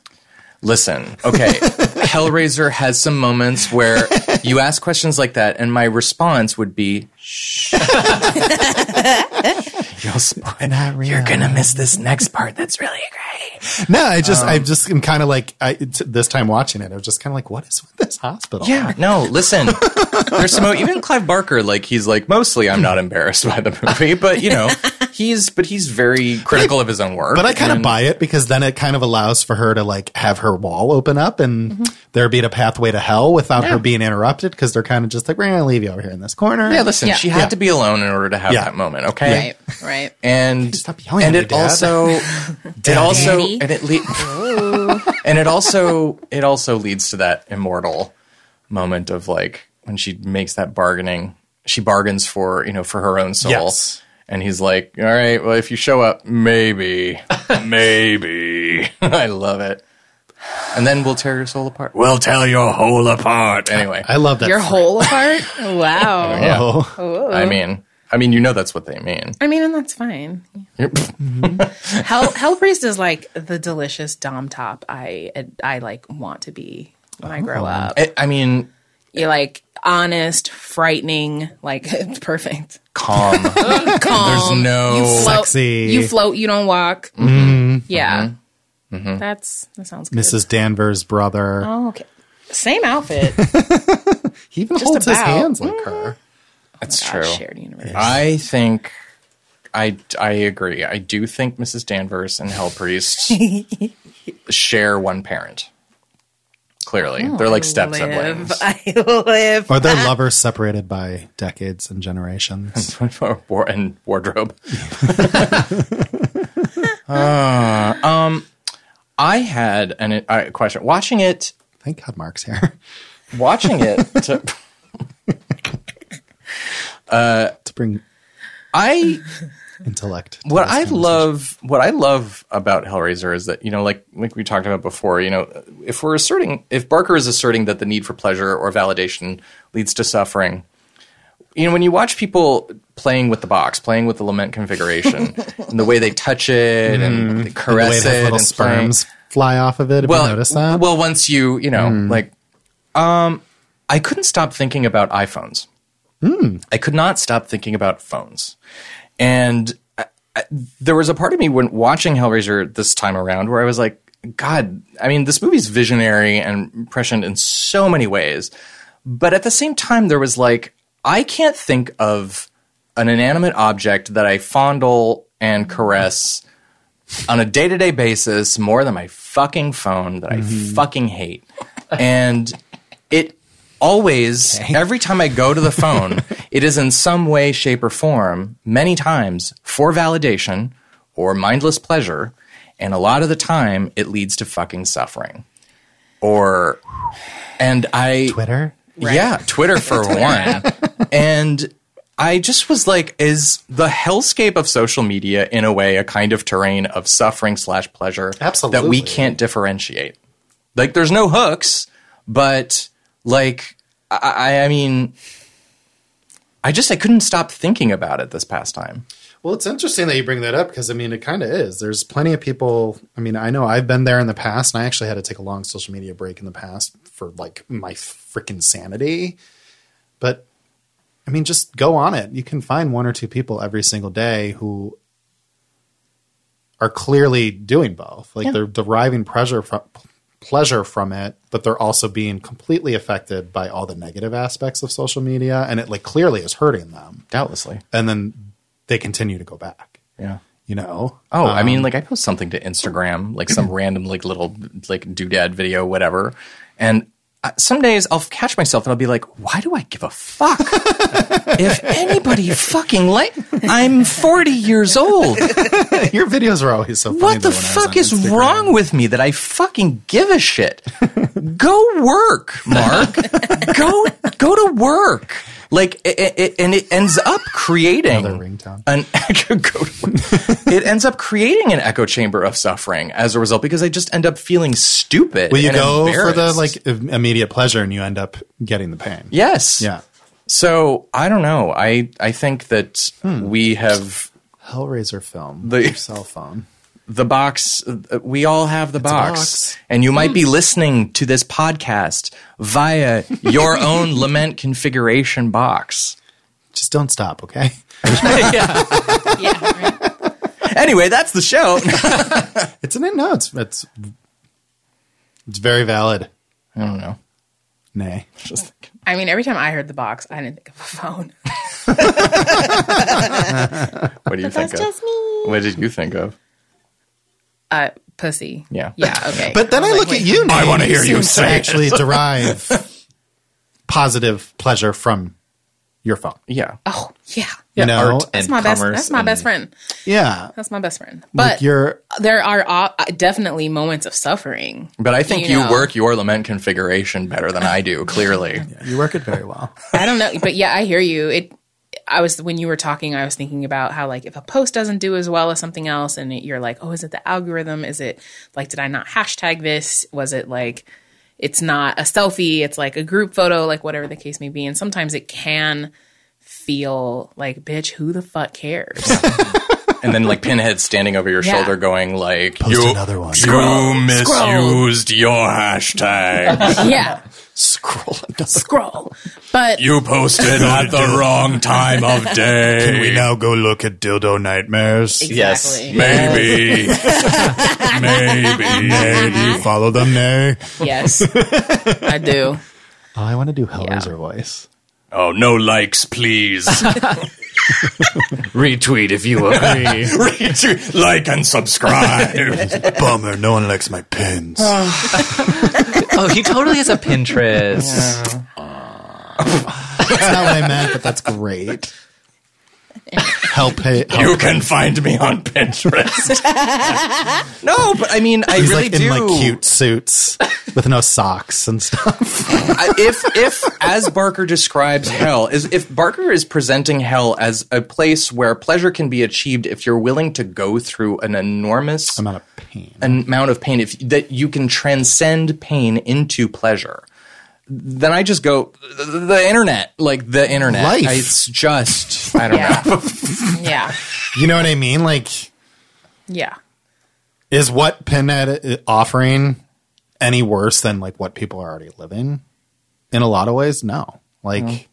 B: Listen, okay, Hellraiser has some moments where you ask questions like that, and my response would be, "Shh, you'll spoil.
A: Not really.
B: You're gonna miss this next part. That's really great."
A: no i just
C: Um,
A: i just am kind of like i t- this time watching it i was just kind of like what is with this hospital
B: Yeah, no, listen. There's some even Clive Barker, like he's like mostly I'm not embarrassed by the movie, but you know, he's but he's very critical of his own work.
A: but i kind of
B: and-
A: buy it because then it kind of allows for her to like have her wall open up and
C: Mm-hmm.
A: there be a pathway to hell without her being interrupted because they're kind of just like we're gonna leave you over here in this corner
B: Yeah, listen,
C: Yeah.
B: she had to be alone in order to have
A: Yeah.
B: that moment, okay?
C: Right. Right.
B: And
A: Stop yelling
B: and
A: at
B: it
A: me, Dad.
B: also it also
C: Daddy.
B: and it le- and it also it also leads to that immortal moment of like when she makes that bargaining, she bargains for, you know, for her own soul.
A: Yes.
B: And he's like, "All right, well, if you show up, maybe, maybe." I love it. And then we'll tear your soul apart. We'll tear your whole apart. Anyway,
A: i love that
C: Your whole apart. Wow.
B: yeah.
A: oh
C: Uh-huh.
B: I mean, I mean, you know that's what they mean.
C: I mean, and that's fine. Hell, Hell Priest is like the delicious dom top I I like want to be when I
B: Oh.
C: grow up.
B: I, I mean,
C: You're like honest, frightening, like it's perfect.
B: calm.
C: Calm.
B: There's no. Mm-hmm.
C: float,
A: Sexy.
C: You float. You don't walk. Yeah. That's that sounds good.
A: mrs danvers brother
C: Oh, okay. Same outfit.
A: he even
C: just
A: holds his
C: about. Mm.
A: hands like her
B: That's
C: Gosh,
B: true.
C: Shared universe.
B: I think. I, I agree. I do think Mrs. Danvers and Hell Priest share one parent. Clearly, they're like step siblings.
C: live. I live.
A: Are their lovers separated by decades and generations?
B: War- and wardrobe. Uh, um, I had an a question. Watching it,
A: Thank God Mark's here
B: watching it. To,
A: to bring
B: I
A: intellect. to
B: what
A: this
B: I
A: conversation.
B: love what I love about Hellraiser is that you know like like we talked about before you know if we're asserting if Barker is asserting that the need for pleasure or validation leads to suffering you know when you watch people playing with the box playing with the lament configuration and the way they touch it and they
A: the way it has
B: caress it
A: little
B: and sperms
A: sperms fly off of it. Have
B: well,
A: you noticed that? Hmm.
B: well once you you know like um I couldn't stop thinking about iPhones
A: Hmm.
B: I could not stop thinking about phones. And I, I, there was a part of me when watching Hellraiser this time around where I was like, God, I mean, this movie's visionary and prescient in so many ways. But at the same time, there was like, I can't think of an inanimate object that I fondle and caress on a day to day basis more than my fucking phone that I fucking hate. And it always, every time I go to the phone, it is in some way, shape, or form, many times for validation or mindless pleasure. And a lot of the time, it leads to fucking suffering. Or, and I.
A: Twitter.
B: Yeah, Twitter for one. and I just was like, is the hellscape of social media in a way a kind of terrain of suffering slash pleasure that we
A: Absolutely.
B: can't differentiate? Like, there's no hooks, but like, I, I I mean, I just I couldn't stop thinking about it this past time.
A: Well, it's interesting that you bring that up because I mean, it kind of is. There's plenty of people. I mean, I know I've been there in the past, and I actually had to take a long social media break in the past for like my freaking sanity. But I mean, just go on it. You can find one or two people every single day who are clearly doing both. Like they're deriving pleasure from pleasure from it, but they're also being completely affected by all the negative aspects of social media, and it like clearly is hurting them
B: Doubtlessly,
A: and then they continue to go back.
B: yeah.
A: You know?
B: Oh, I mean, like I post something to Instagram, like some random like little like doodad video, whatever, and. uh, Some days I'll catch myself and I'll be like, why do I give a fuck? if anybody fucking like, I'm 40 years old.
A: your videos are always so. Funny
B: What
A: though, when I
B: the
A: was
B: fuck
A: on
B: is
A: Instagram.
B: wrong with me that I fucking give a shit? go work, Mark. go go to work. Like it, it, and it ends up creating
A: Another ringtone.
B: an echo. Go to work. it ends up creating an echo chamber of suffering as a result because I just end up feeling stupid.
A: Well, you
B: and
A: go for the
B: embarrassed.
A: like im- immediate pleasure, and you end up getting the pain.
B: Yes.
A: Yeah.
B: So I don't know. I I think that
A: Hmm.
B: we have
A: Hellraiser film.
B: The-
A: your cell phone.
B: the box uh, we all have the box.
A: box.
B: and you might be listening to this podcast via your own lament configuration box
A: Just don't stop, okay?
C: Yeah, right.
B: anyway that's the show
A: It's an no. It's it's it's very valid.
B: i don't know
A: Nay,
B: just
C: I mean, every time I heard the box, I didn't think of a phone.
B: what do you think
G: That's
B: of
G: just me.
B: what did you think of
C: Uh, pussy.
B: Yeah.
C: Yeah. Okay.
A: but then I,
C: was
A: look
C: like,
A: at you. I
B: wanna hear you say it.
A: actually derive positive pleasure from your phone.
B: yeah
C: Oh yeah.
A: you know,
D: art
C: That's
D: and
C: my best.
D: commerce
C: That's my
D: and-
C: best friend.
A: yeah.
C: That's my best friend. But
A: like your
C: there are uh, definitely moments of suffering.
B: but i think
C: You
B: you,
C: know.
B: work your lament configuration better than i do clearly
A: you work it very well.
C: I don't know, but yeah, I hear you. It. I was when you were talking, I was thinking about how like if a post doesn't do as well as something else, and you're like, oh, is it the algorithm? Is it like did I not hashtag this? Was it like it's not a selfie? It's like a group photo, like whatever the case may be. And sometimes it can feel like, bitch, who the fuck cares?
B: and then like pinhead standing over your
C: Yeah.
B: shoulder going like
A: Post
B: you
A: another one.
B: you misused your hashtag.
C: yeah,
A: Scroll another
C: scroll. But
B: you posted at the wrong time of day.
A: Can we now go look at dildo nightmares?
D: Yes.
C: exactly.
B: Maybe. Maybe.
A: Nay, do you follow them, Nay?
C: Yes, I do.
A: Oh, I want to do Hellraiser voice.
B: Oh, no likes, please.
D: Retweet if you agree.
B: like and subscribe.
A: Bummer, no one likes my pins.
D: oh, he totally has a Pinterest.
A: That's not what I meant, but that's great. Help, hey, help.
B: you can find me on Pinterest. no, but I mean, I
A: He's
B: really
A: like
B: do.
A: in like cute suits with no socks and stuff.
B: I- if if as Barker describes hell is if Barker is presenting hell as a place where pleasure can be achieved if you're willing to go through an enormous
A: I'm out of pain.
B: an amount of pain if that you can transcend pain into pleasure then i just go the, the internet like the internet
A: Life.
B: I- it's just i don't know
C: Yeah, yeah,
A: You know what I mean? Like,
C: yeah.
A: is what Pinhead i- offering any worse than Mm. like what people are already living? In a lot of ways, no. Like,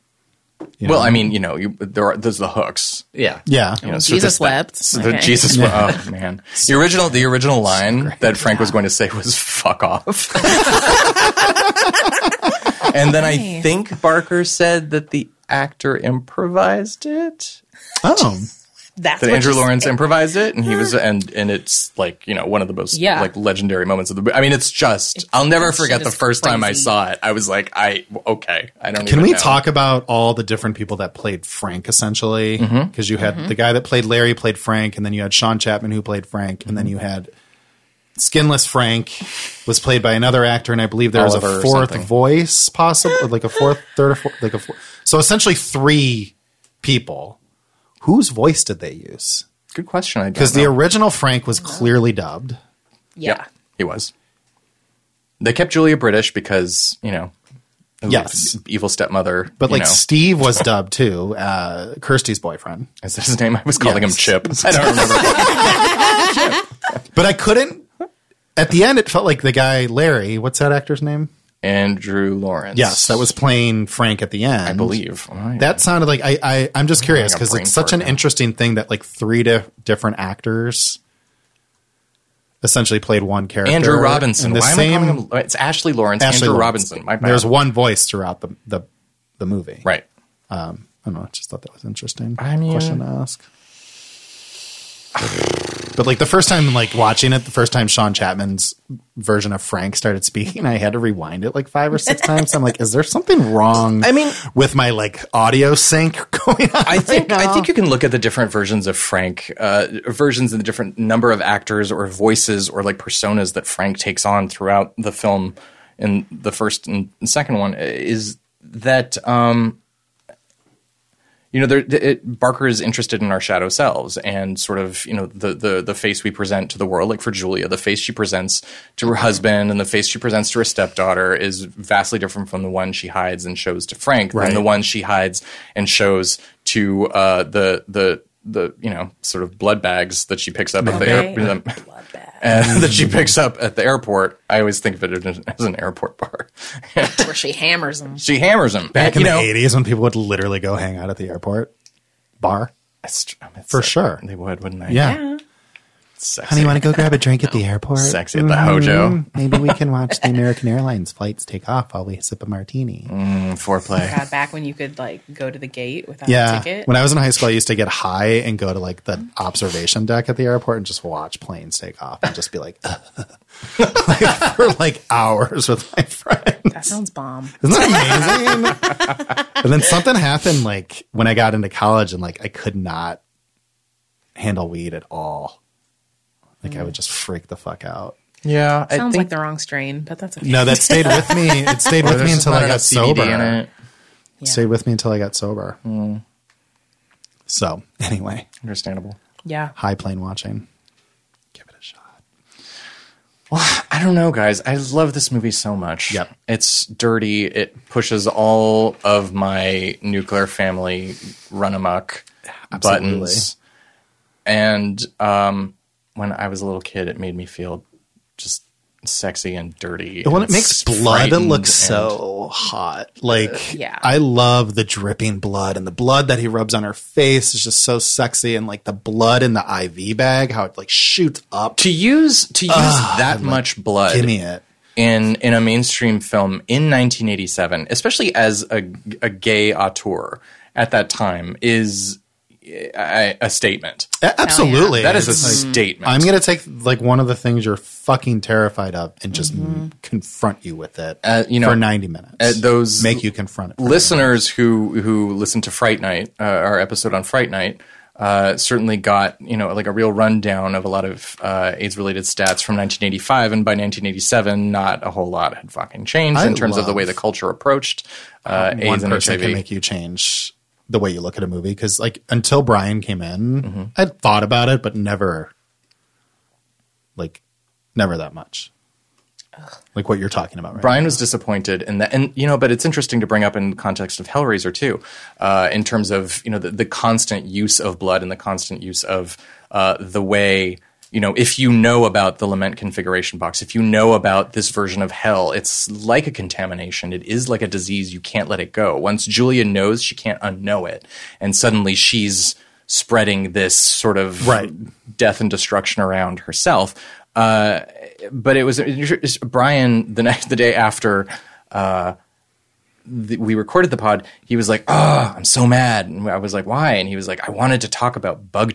A: you
B: Well,
A: know?
B: I mean, you know, you, there are, there's the hooks.
D: Yeah.
A: yeah,
B: You know, so
C: Jesus
B: there's that-
C: wept.
B: so the
C: Okay.
B: Jesus. Oh man, the original the original line that Frank was going to say was "fuck off," and then I think Barker said that the actor improvised it.
A: oh,
C: That's
B: That
C: what
B: Andrew
C: you-
B: Lawrence improvised it, and he was and and it's like you know one of the most
C: Yeah.
B: like legendary moments of the. bo- I mean, it's just I'll never
C: that shit
B: forget the
C: is
B: first time I
C: crazy.
B: saw it. I was like, I okay, I don't.
A: Can
B: even
A: we
B: know.
A: talk about all the different people that played Frank essentially? Because
B: Mm-hmm.
A: you had the guy that played Larry played Frank, and then you had Sean Chapman who played Frank, and then
B: Mm-hmm.
A: you had Skinless Frank was played by another actor, and I believe there was
B: Oliver
A: a
B: or
A: fourth
B: something.
A: voice, possible like a fourth, third, or fourth, like a four. So essentially, three people. Whose voice did they use?
B: Good question. I don't
A: Because the
B: know.
A: original Frank was clearly dubbed.
C: Yeah.
B: Yep, he was. They kept Julia British because you know,
A: Yes.
B: evil stepmother.
A: But
B: you
A: like
B: know.
A: Steve was dubbed too, uh, Kirsty's boyfriend.
B: is that his name? I was calling
A: Yes.
B: him Chip. I don't remember.
A: But I couldn't. At the end, it felt like the guy Larry. What's that actor's name?
B: Andrew Lawrence.
A: Yes, that was playing Frank at the end.
B: I believe Oh, yeah.
A: that sounded like I. I I'm just curious because
B: brain
A: it's such an
B: fart now.
A: interesting thing that like three di- different actors essentially played one character.
B: Andrew Robinson.
A: And the
B: Why
A: same
B: am I calling him? It's Ashley Lawrence.
A: Ashley
B: Andrew
A: Lawrence.
B: Robinson. My bad.
A: There's one voice throughout the the, the movie.
B: right.
A: Um, I don't know. I just thought that was interesting.
B: I mean-
A: question to ask. But like the first time, like watching it, the first time Sean Chapman's version of Frank started speaking, I had to rewind it like five or six times. I'm like, is there something wrong? I
B: mean-
A: with my like audio sync going on.
B: I think I think you can look at the different versions of Frank, uh, versions and the different number of actors or voices or like personas that Frank takes on throughout the film. In the first and second one, is that um, you know, there, it, Barker is interested in our shadow selves and sort of, you know, the, the the face we present to the world. Like for Julia, the face she presents to her husband and the face she presents to her stepdaughter is vastly different from the one she hides and shows to Frank
A: Right.
B: than the one she hides and shows to uh, the the the you know sort of blood bags that she picks up at the
C: Okay.
B: airport and that she picks up at the airport. I always think of it as an- as an airport bar.
C: Where she hammers them.
B: she hammers him
A: back in
B: you know,
A: the '80s when people would literally go hang out at the airport bar.
B: it's tr- it's
A: For
B: like-
A: sure.
B: they would, wouldn't they?
A: Yeah,
B: Sexy.
A: honey, want to go grab a drink at the airport? Mm,
B: Sexy at the hojo.
A: Maybe we can watch the American Airlines flights take off while we sip a martini.
B: foreplay.
C: God, back when you could like go to the gate without a ticket.
A: When I was in high school, I used to get high and go to like the observation deck at the airport and just watch planes take off and just be like, like, for like hours with my friend.
C: that sounds bomb.
A: Isn't that amazing? and then something happened like when I got into college and like I could not handle weed at all. Like I would just freak the fuck out.
B: Yeah, I
C: Sounds
B: think
C: like the wrong strain, but that's okay.
A: No, that stayed with me. It stayed with me
B: there's
A: until
B: not
A: I got
B: enough
A: sober.
B: CBD in it. Hmm.
C: Yeah.
A: Stayed with me until I got sober. So anyway,
B: Understandable.
C: yeah.
A: high plane watching. Give it a shot.
B: I don't know, guys. I love this movie so much.
A: Yep.
B: It's dirty. It pushes all of my nuclear family run amok
A: Absolutely.
B: buttons. And um, when I was a little kid, it made me feel just sexy and dirty.
A: Well,
B: and
A: it makes blood
B: frightened
A: look
B: and-
A: so hot. Like,
C: yeah.
A: I love the dripping blood and the blood that he rubs on her face is just so sexy. And like the blood in the IV bag, how it like shoots up.
B: To use to use that much blood
A: Give me it.
B: in in a mainstream film in 1987, especially as a, a gay auteur at that time, is a, a statement.
A: A- Absolutely.
B: That is a
A: It's like,
B: statement.
A: I'm going to take like one of the things you're fucking terrified of and just confront you with it
B: Uh, you know,
A: for 90 minutes.
B: uh, those
A: make you confront it. for 90
B: listeners who who listened to Fright Night, uh, our episode on Fright Night, uh, certainly got you know like a real rundown of a lot of uh, AIDS related stats from 1985, and by 1987, not a whole lot had fucking changed
A: I
B: in terms of the
A: love-
B: way the culture approached uh,
A: one
B: AIDS and
A: person
B: HIV.
A: can make you change the way you look at a movie because like until brian came in
B: Mm-hmm.
A: i thought about it but never like never that much like what you're talking about right
B: Brian was disappointed in that, and you know, but it's interesting to bring up in context of Hellraiser too, uh, in terms of you know the, the constant use of blood and the constant use of uh, the way you know, if you know about the lament configuration box, if you know about this version of hell, it's like a contamination. It is like a disease. You can't let it go. Once Julia knows, she can't unknow it. And suddenly she's spreading this sort of
A: Right.
B: death and destruction around herself. Uh, but it was it was- Brian the next the day after uh, the, we recorded the pod. He was like, "Oh, I'm so mad," and I was like, "Why?" And he was like, "I wanted to talk about bug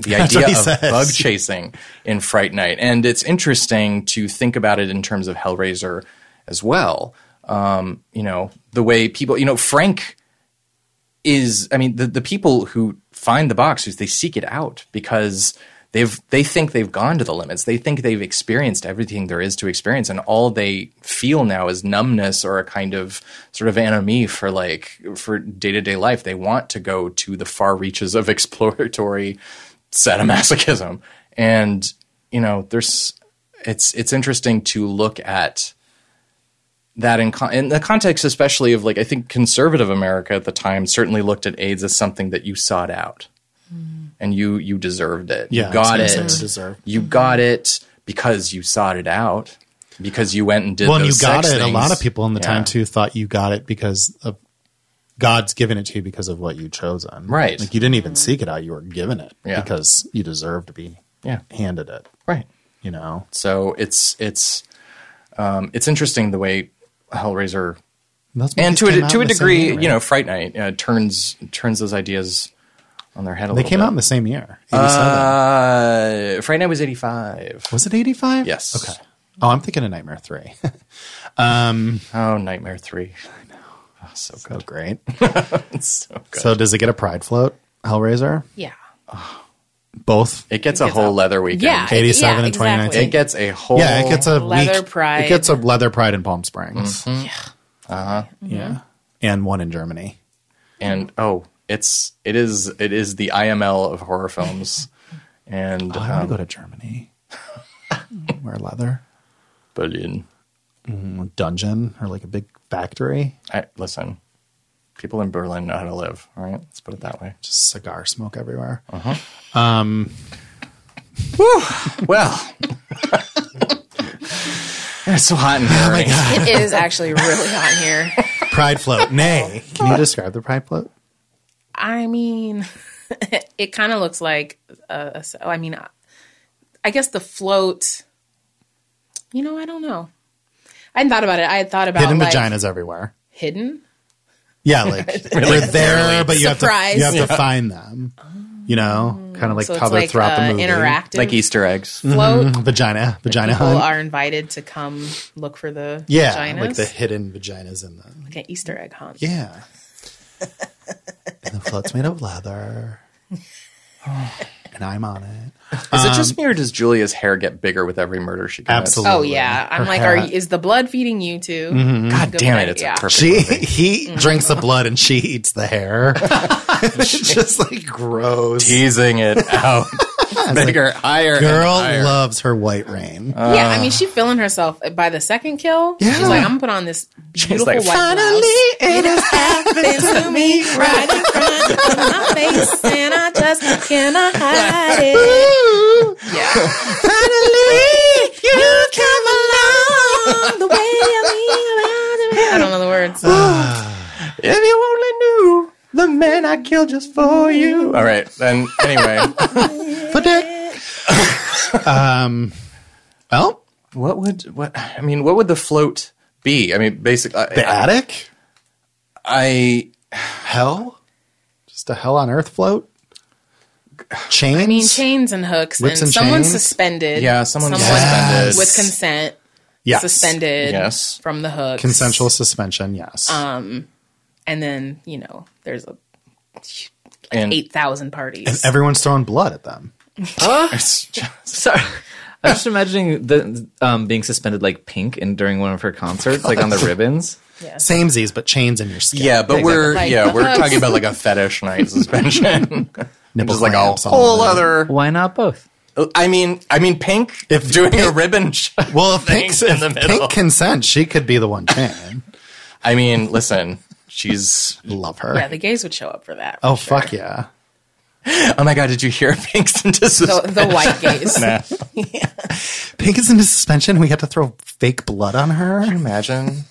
B: the idea
A: what he
B: of
A: says.
B: bug chasing in Fright Night." And it's interesting to think about it in terms of Hellraiser as well. Um, you know, the way people, you know, Frank is I mean the, the people who find the box is they seek it out because they've they think they've gone to the limits. They think they've experienced everything there is to experience and all they feel now is numbness or a kind of sort of anomie for like for day-to-day life. They want to go to the far reaches of exploratory sadomasochism. And you know, there's it's it's interesting to look at that in, con- in the context, especially of like, I think conservative America at the time certainly looked at AIDS as something that you sought out and you, you deserved it.
A: Yeah,
B: you got
A: it's
B: it.
A: considered deserved.
B: You got it because you sought it out because you went and did
A: well, and you
B: those
A: got it.
B: sex
A: A lot of
B: things.
A: people in the
B: Yeah.
A: time too thought you got it because of God's given it to you because of what you chose on.
B: Right.
A: Like you didn't even seek it out; you were given it
B: Yeah.
A: because you deserve to be
B: Yeah.
A: handed it.
B: Right.
A: You know.
B: So it's, it's, um, it's interesting the way Hellraiser
A: That's why
B: and
A: these
B: to
A: came
B: a,
A: out
B: to
A: in
B: a
A: the same
B: degree,
A: year, right?
B: you know, Fright Night uh, turns, turns those ideas on their head a
A: they
B: little
A: came
B: bit.
A: out in the same year. 87.
B: uh, Fright Night was 85.
A: was it eighty five?
B: Yes.
A: Okay. Oh, I'm thinking of Nightmare Three.
B: Oh, Nightmare Three. I know. Oh, so
A: so
B: good.
A: great.
B: So good.
A: So does it get a Pride float? Hellraiser.
C: Yeah.
A: Both.
B: it gets a whole leather weekend.
C: Yeah.
B: It,
A: 87 and
C: exactly.
A: 2019.
B: gets a whole.
A: Yeah, it gets a
C: Oh, Leather
A: week-
C: Pride. Mm-hmm.
A: It gets a leather pride in Palm Springs. Yeah. Uh-huh. Yeah. And one in Germany.
B: and oh, it's it is it is the IML of horror films, and
A: Oh, I want to
B: um,
A: go to Germany. Wear leather.
B: Berlin.
A: Dungeon or like a big factory.
B: I, listen, people in Berlin know how to live. All right, let's put it that way.
A: Just cigar smoke everywhere.
B: Well, it's so hot in here. right?
C: It is actually really hot in here.
A: Pride float. Nay. Can you describe the pride float?
C: I mean, it kind of looks like uh, a, a s- I mean, I- I guess the float. You know, I don't know. I hadn't thought about it. I had thought about
A: Hidden
C: Oh, like,
A: vaginas everywhere.
C: Hidden.
A: Yeah, like they're there, but you have
C: Surprise. Oh.
A: to you have to find them. You know, kind of like
C: so it's
A: how they're
C: like
A: throughout
C: uh,
A: the movie.
C: interactive
B: like Easter eggs.
C: float.
A: Vagina, vagina
C: People
A: hunt.
C: are invited to come look for the
A: yeah,
C: vaginas.
A: like the hidden vaginas in the
C: Like an Easter egg hunt.
A: Yeah. and the float's made of leather. and I'm on it.
B: Is it just me or does Julia's hair get bigger with every murder she commits?
A: Um, Absolutely.
C: Oh yeah, I'm
A: Her
C: like, are
A: hat. Mm-hmm.
C: you, is the blood feeding you too?
B: Oh, God damn it!
C: night,
B: It's
C: yeah.
B: a perfect.
A: She he drinks the blood and she eats the hair. it's just like gross.
B: teasing it out bigger, higher.
A: Girl
B: and higher.
A: loves her white rain.
C: yeah, I mean, she's feeling herself by the second kill.
A: Yeah.
C: She's like, I'm gonna put on this beautiful
B: like,
C: white blouse. It has happened to me right in front of my face, and I just cannot hide it. Yeah,
A: Finally, you come
C: along the way I mean, I don't know the words.
B: Uh, If you only knew the man I killed just for you. All right. Then anyway,
A: Um, Well,
B: what would what I mean? What would the float be? I mean, basically,
A: the
B: I,
A: attic,
B: I
A: hell, just a hell on earth float. Chains.
C: I mean, chains and hooks,
A: Whips
C: and,
A: and
C: someone
A: chains?
C: suspended.
B: yeah, someone
C: Someone
B: suspended
C: with consent
A: yes.
C: suspended.
B: Yes.
C: from the hook.
A: Consensual suspension. Yes.
C: Um, and then you know there's a
B: and
C: eight thousand parties.
A: Everyone's throwing blood at them.
B: it's just-
D: Sorry. I'm just imagining the um, being suspended like pink and during one of her concerts, like on the ribbons.
A: Samesies, but chains in your skin.
B: yeah, but we're
C: Like
B: yeah
C: the
B: we're
C: hooks.
B: talking about like a fetish night suspension,
A: Nipple
B: just like a
A: clamps, all of
B: whole
A: it.
B: other.
D: Why not both?
B: I mean, I mean, pink
A: If
B: doing a
A: pink-
B: ribbon. sh-
A: Well, if
B: thing
A: Pink,
B: in the
A: if
B: middle.
A: Pink consent, she could be the one chain.
B: I mean, listen, she's
A: Love her.
C: yeah, the gays would show up for that.
A: oh fuck yeah!
B: Oh my god, did you hear Pink's into
C: The,
B: suspension?
C: the white gaze.
A: Pink is into suspension. We had to throw fake blood on her,
B: Imagine.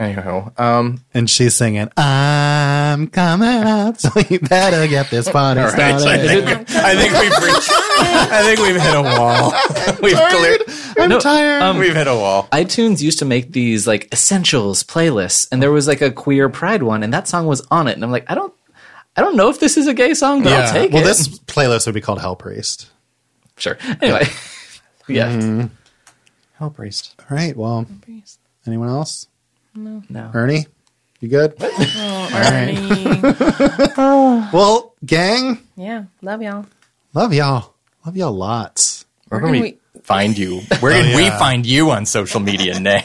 B: Anywho, um,
A: and she's singing, "I'm coming out, so you better get this party
B: all right. I
A: started."
B: think, I think we've reached. I think we've hit a wall. We've cleared.
A: I'm tired.
B: we've hit a wall.
D: iTunes used to make these like essentials playlists, and there was like a queer pride one, and that song was on it. And I'm like, I don't, I don't know if this is a gay song, but I'll take
A: well,
D: it.
A: this playlist would be called Hell Priest.
D: sure. Anyway, yeah,
B: Hell priest.
A: All right. Well, anyone else?
D: no.
A: Ernie, you good?
C: Ernie.
A: well, gang,
C: yeah, love y'all.
A: love y'all. Love y'all lots.
B: Where
C: Where
B: can we,
C: can
B: find you? Where
A: Oh,
B: can we find you on social media, Nay?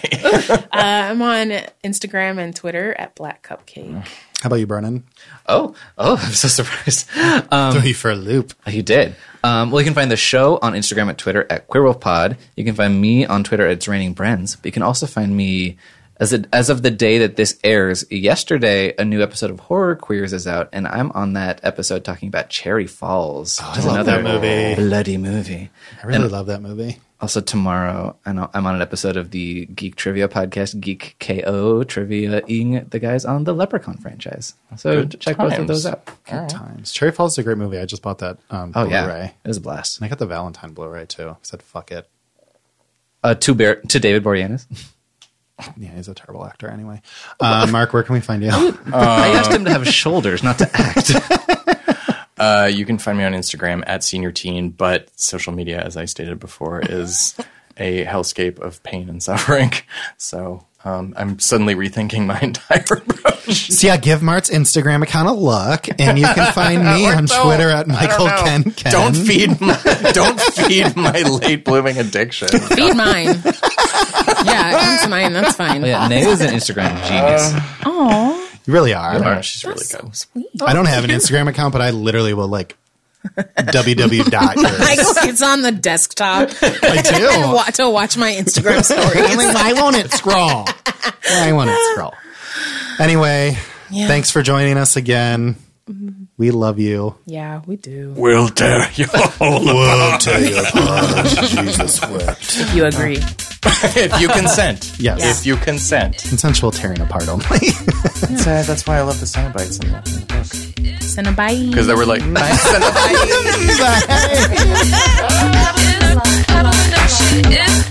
C: I'm on Instagram and Twitter at Black Cupcake.
A: How about you, Brennan?
D: Oh, oh, I'm so surprised.
A: Throw you for a loop.
D: You did. Um, well, you can find the show on Instagram at Twitter at QueerWolfPod. You can find me on Twitter at It's Raining Brens. But you can also find me as it, as of the day that this airs. Yesterday, a new episode of Horror Queers is out, and I'm on that episode talking about Cherry Falls, which is
A: Oh, love
D: another
A: that movie.
D: bloody movie.
A: I really love that movie.
D: Also tomorrow, I know I'm on an episode of the Geek Trivia podcast, Geek KO Trivia, ing the guys on the Leprechaun franchise. So check both of
B: times.
D: those out.
A: Times. Cherry Falls is a great movie. I just bought that um,
D: Oh
A: Blu-ray,
D: yeah,
A: and
D: it was a blast.
A: I got the Valentine Blu-ray too. I said, "Fuck it."
D: Uh, to Bear, to David Boreanaz.
A: Yeah, he's a terrible actor anyway. Uh, Mark, where can we find you?
D: I asked him to have shoulders, not to act.
B: Uh, you can find me on Instagram at senior teen, but social media, as I stated before, is a hellscape of pain and suffering. So um, I'm suddenly rethinking my entire approach.
A: So yeah, give Mart's Instagram account a look, and you can find me on Twitter at Michael Ken Ken.
B: Don't feed my don't feed my late blooming addiction.
C: Feed mine. yeah, it's mine. That's fine.
D: Oh, yeah, Nay is an Instagram genius.
C: Aw,
A: You really are.
B: Yeah, she's really
C: so
B: good.
C: sweet.
A: I don't have an Instagram account, but I literally will like www dot. yours.
C: Michael gets on the desktop
A: I
C: and
A: do.
C: wa- to watch my Instagram stories.
A: Why won't it scroll? Why won't it scroll? Anyway,
C: Yeah.
A: thanks for joining us again. We love you.
C: yeah, we do.
B: We'll tell you all about
A: Jesus wept.
C: If you agree.
B: if you consent.
A: Yes.
B: If you consent.
A: Consensual tearing apart only.
B: That's, uh, that's why I love the sound bites in the, in the book.
C: Send a bye.
B: Because they were like,
A: Bye.
I: It's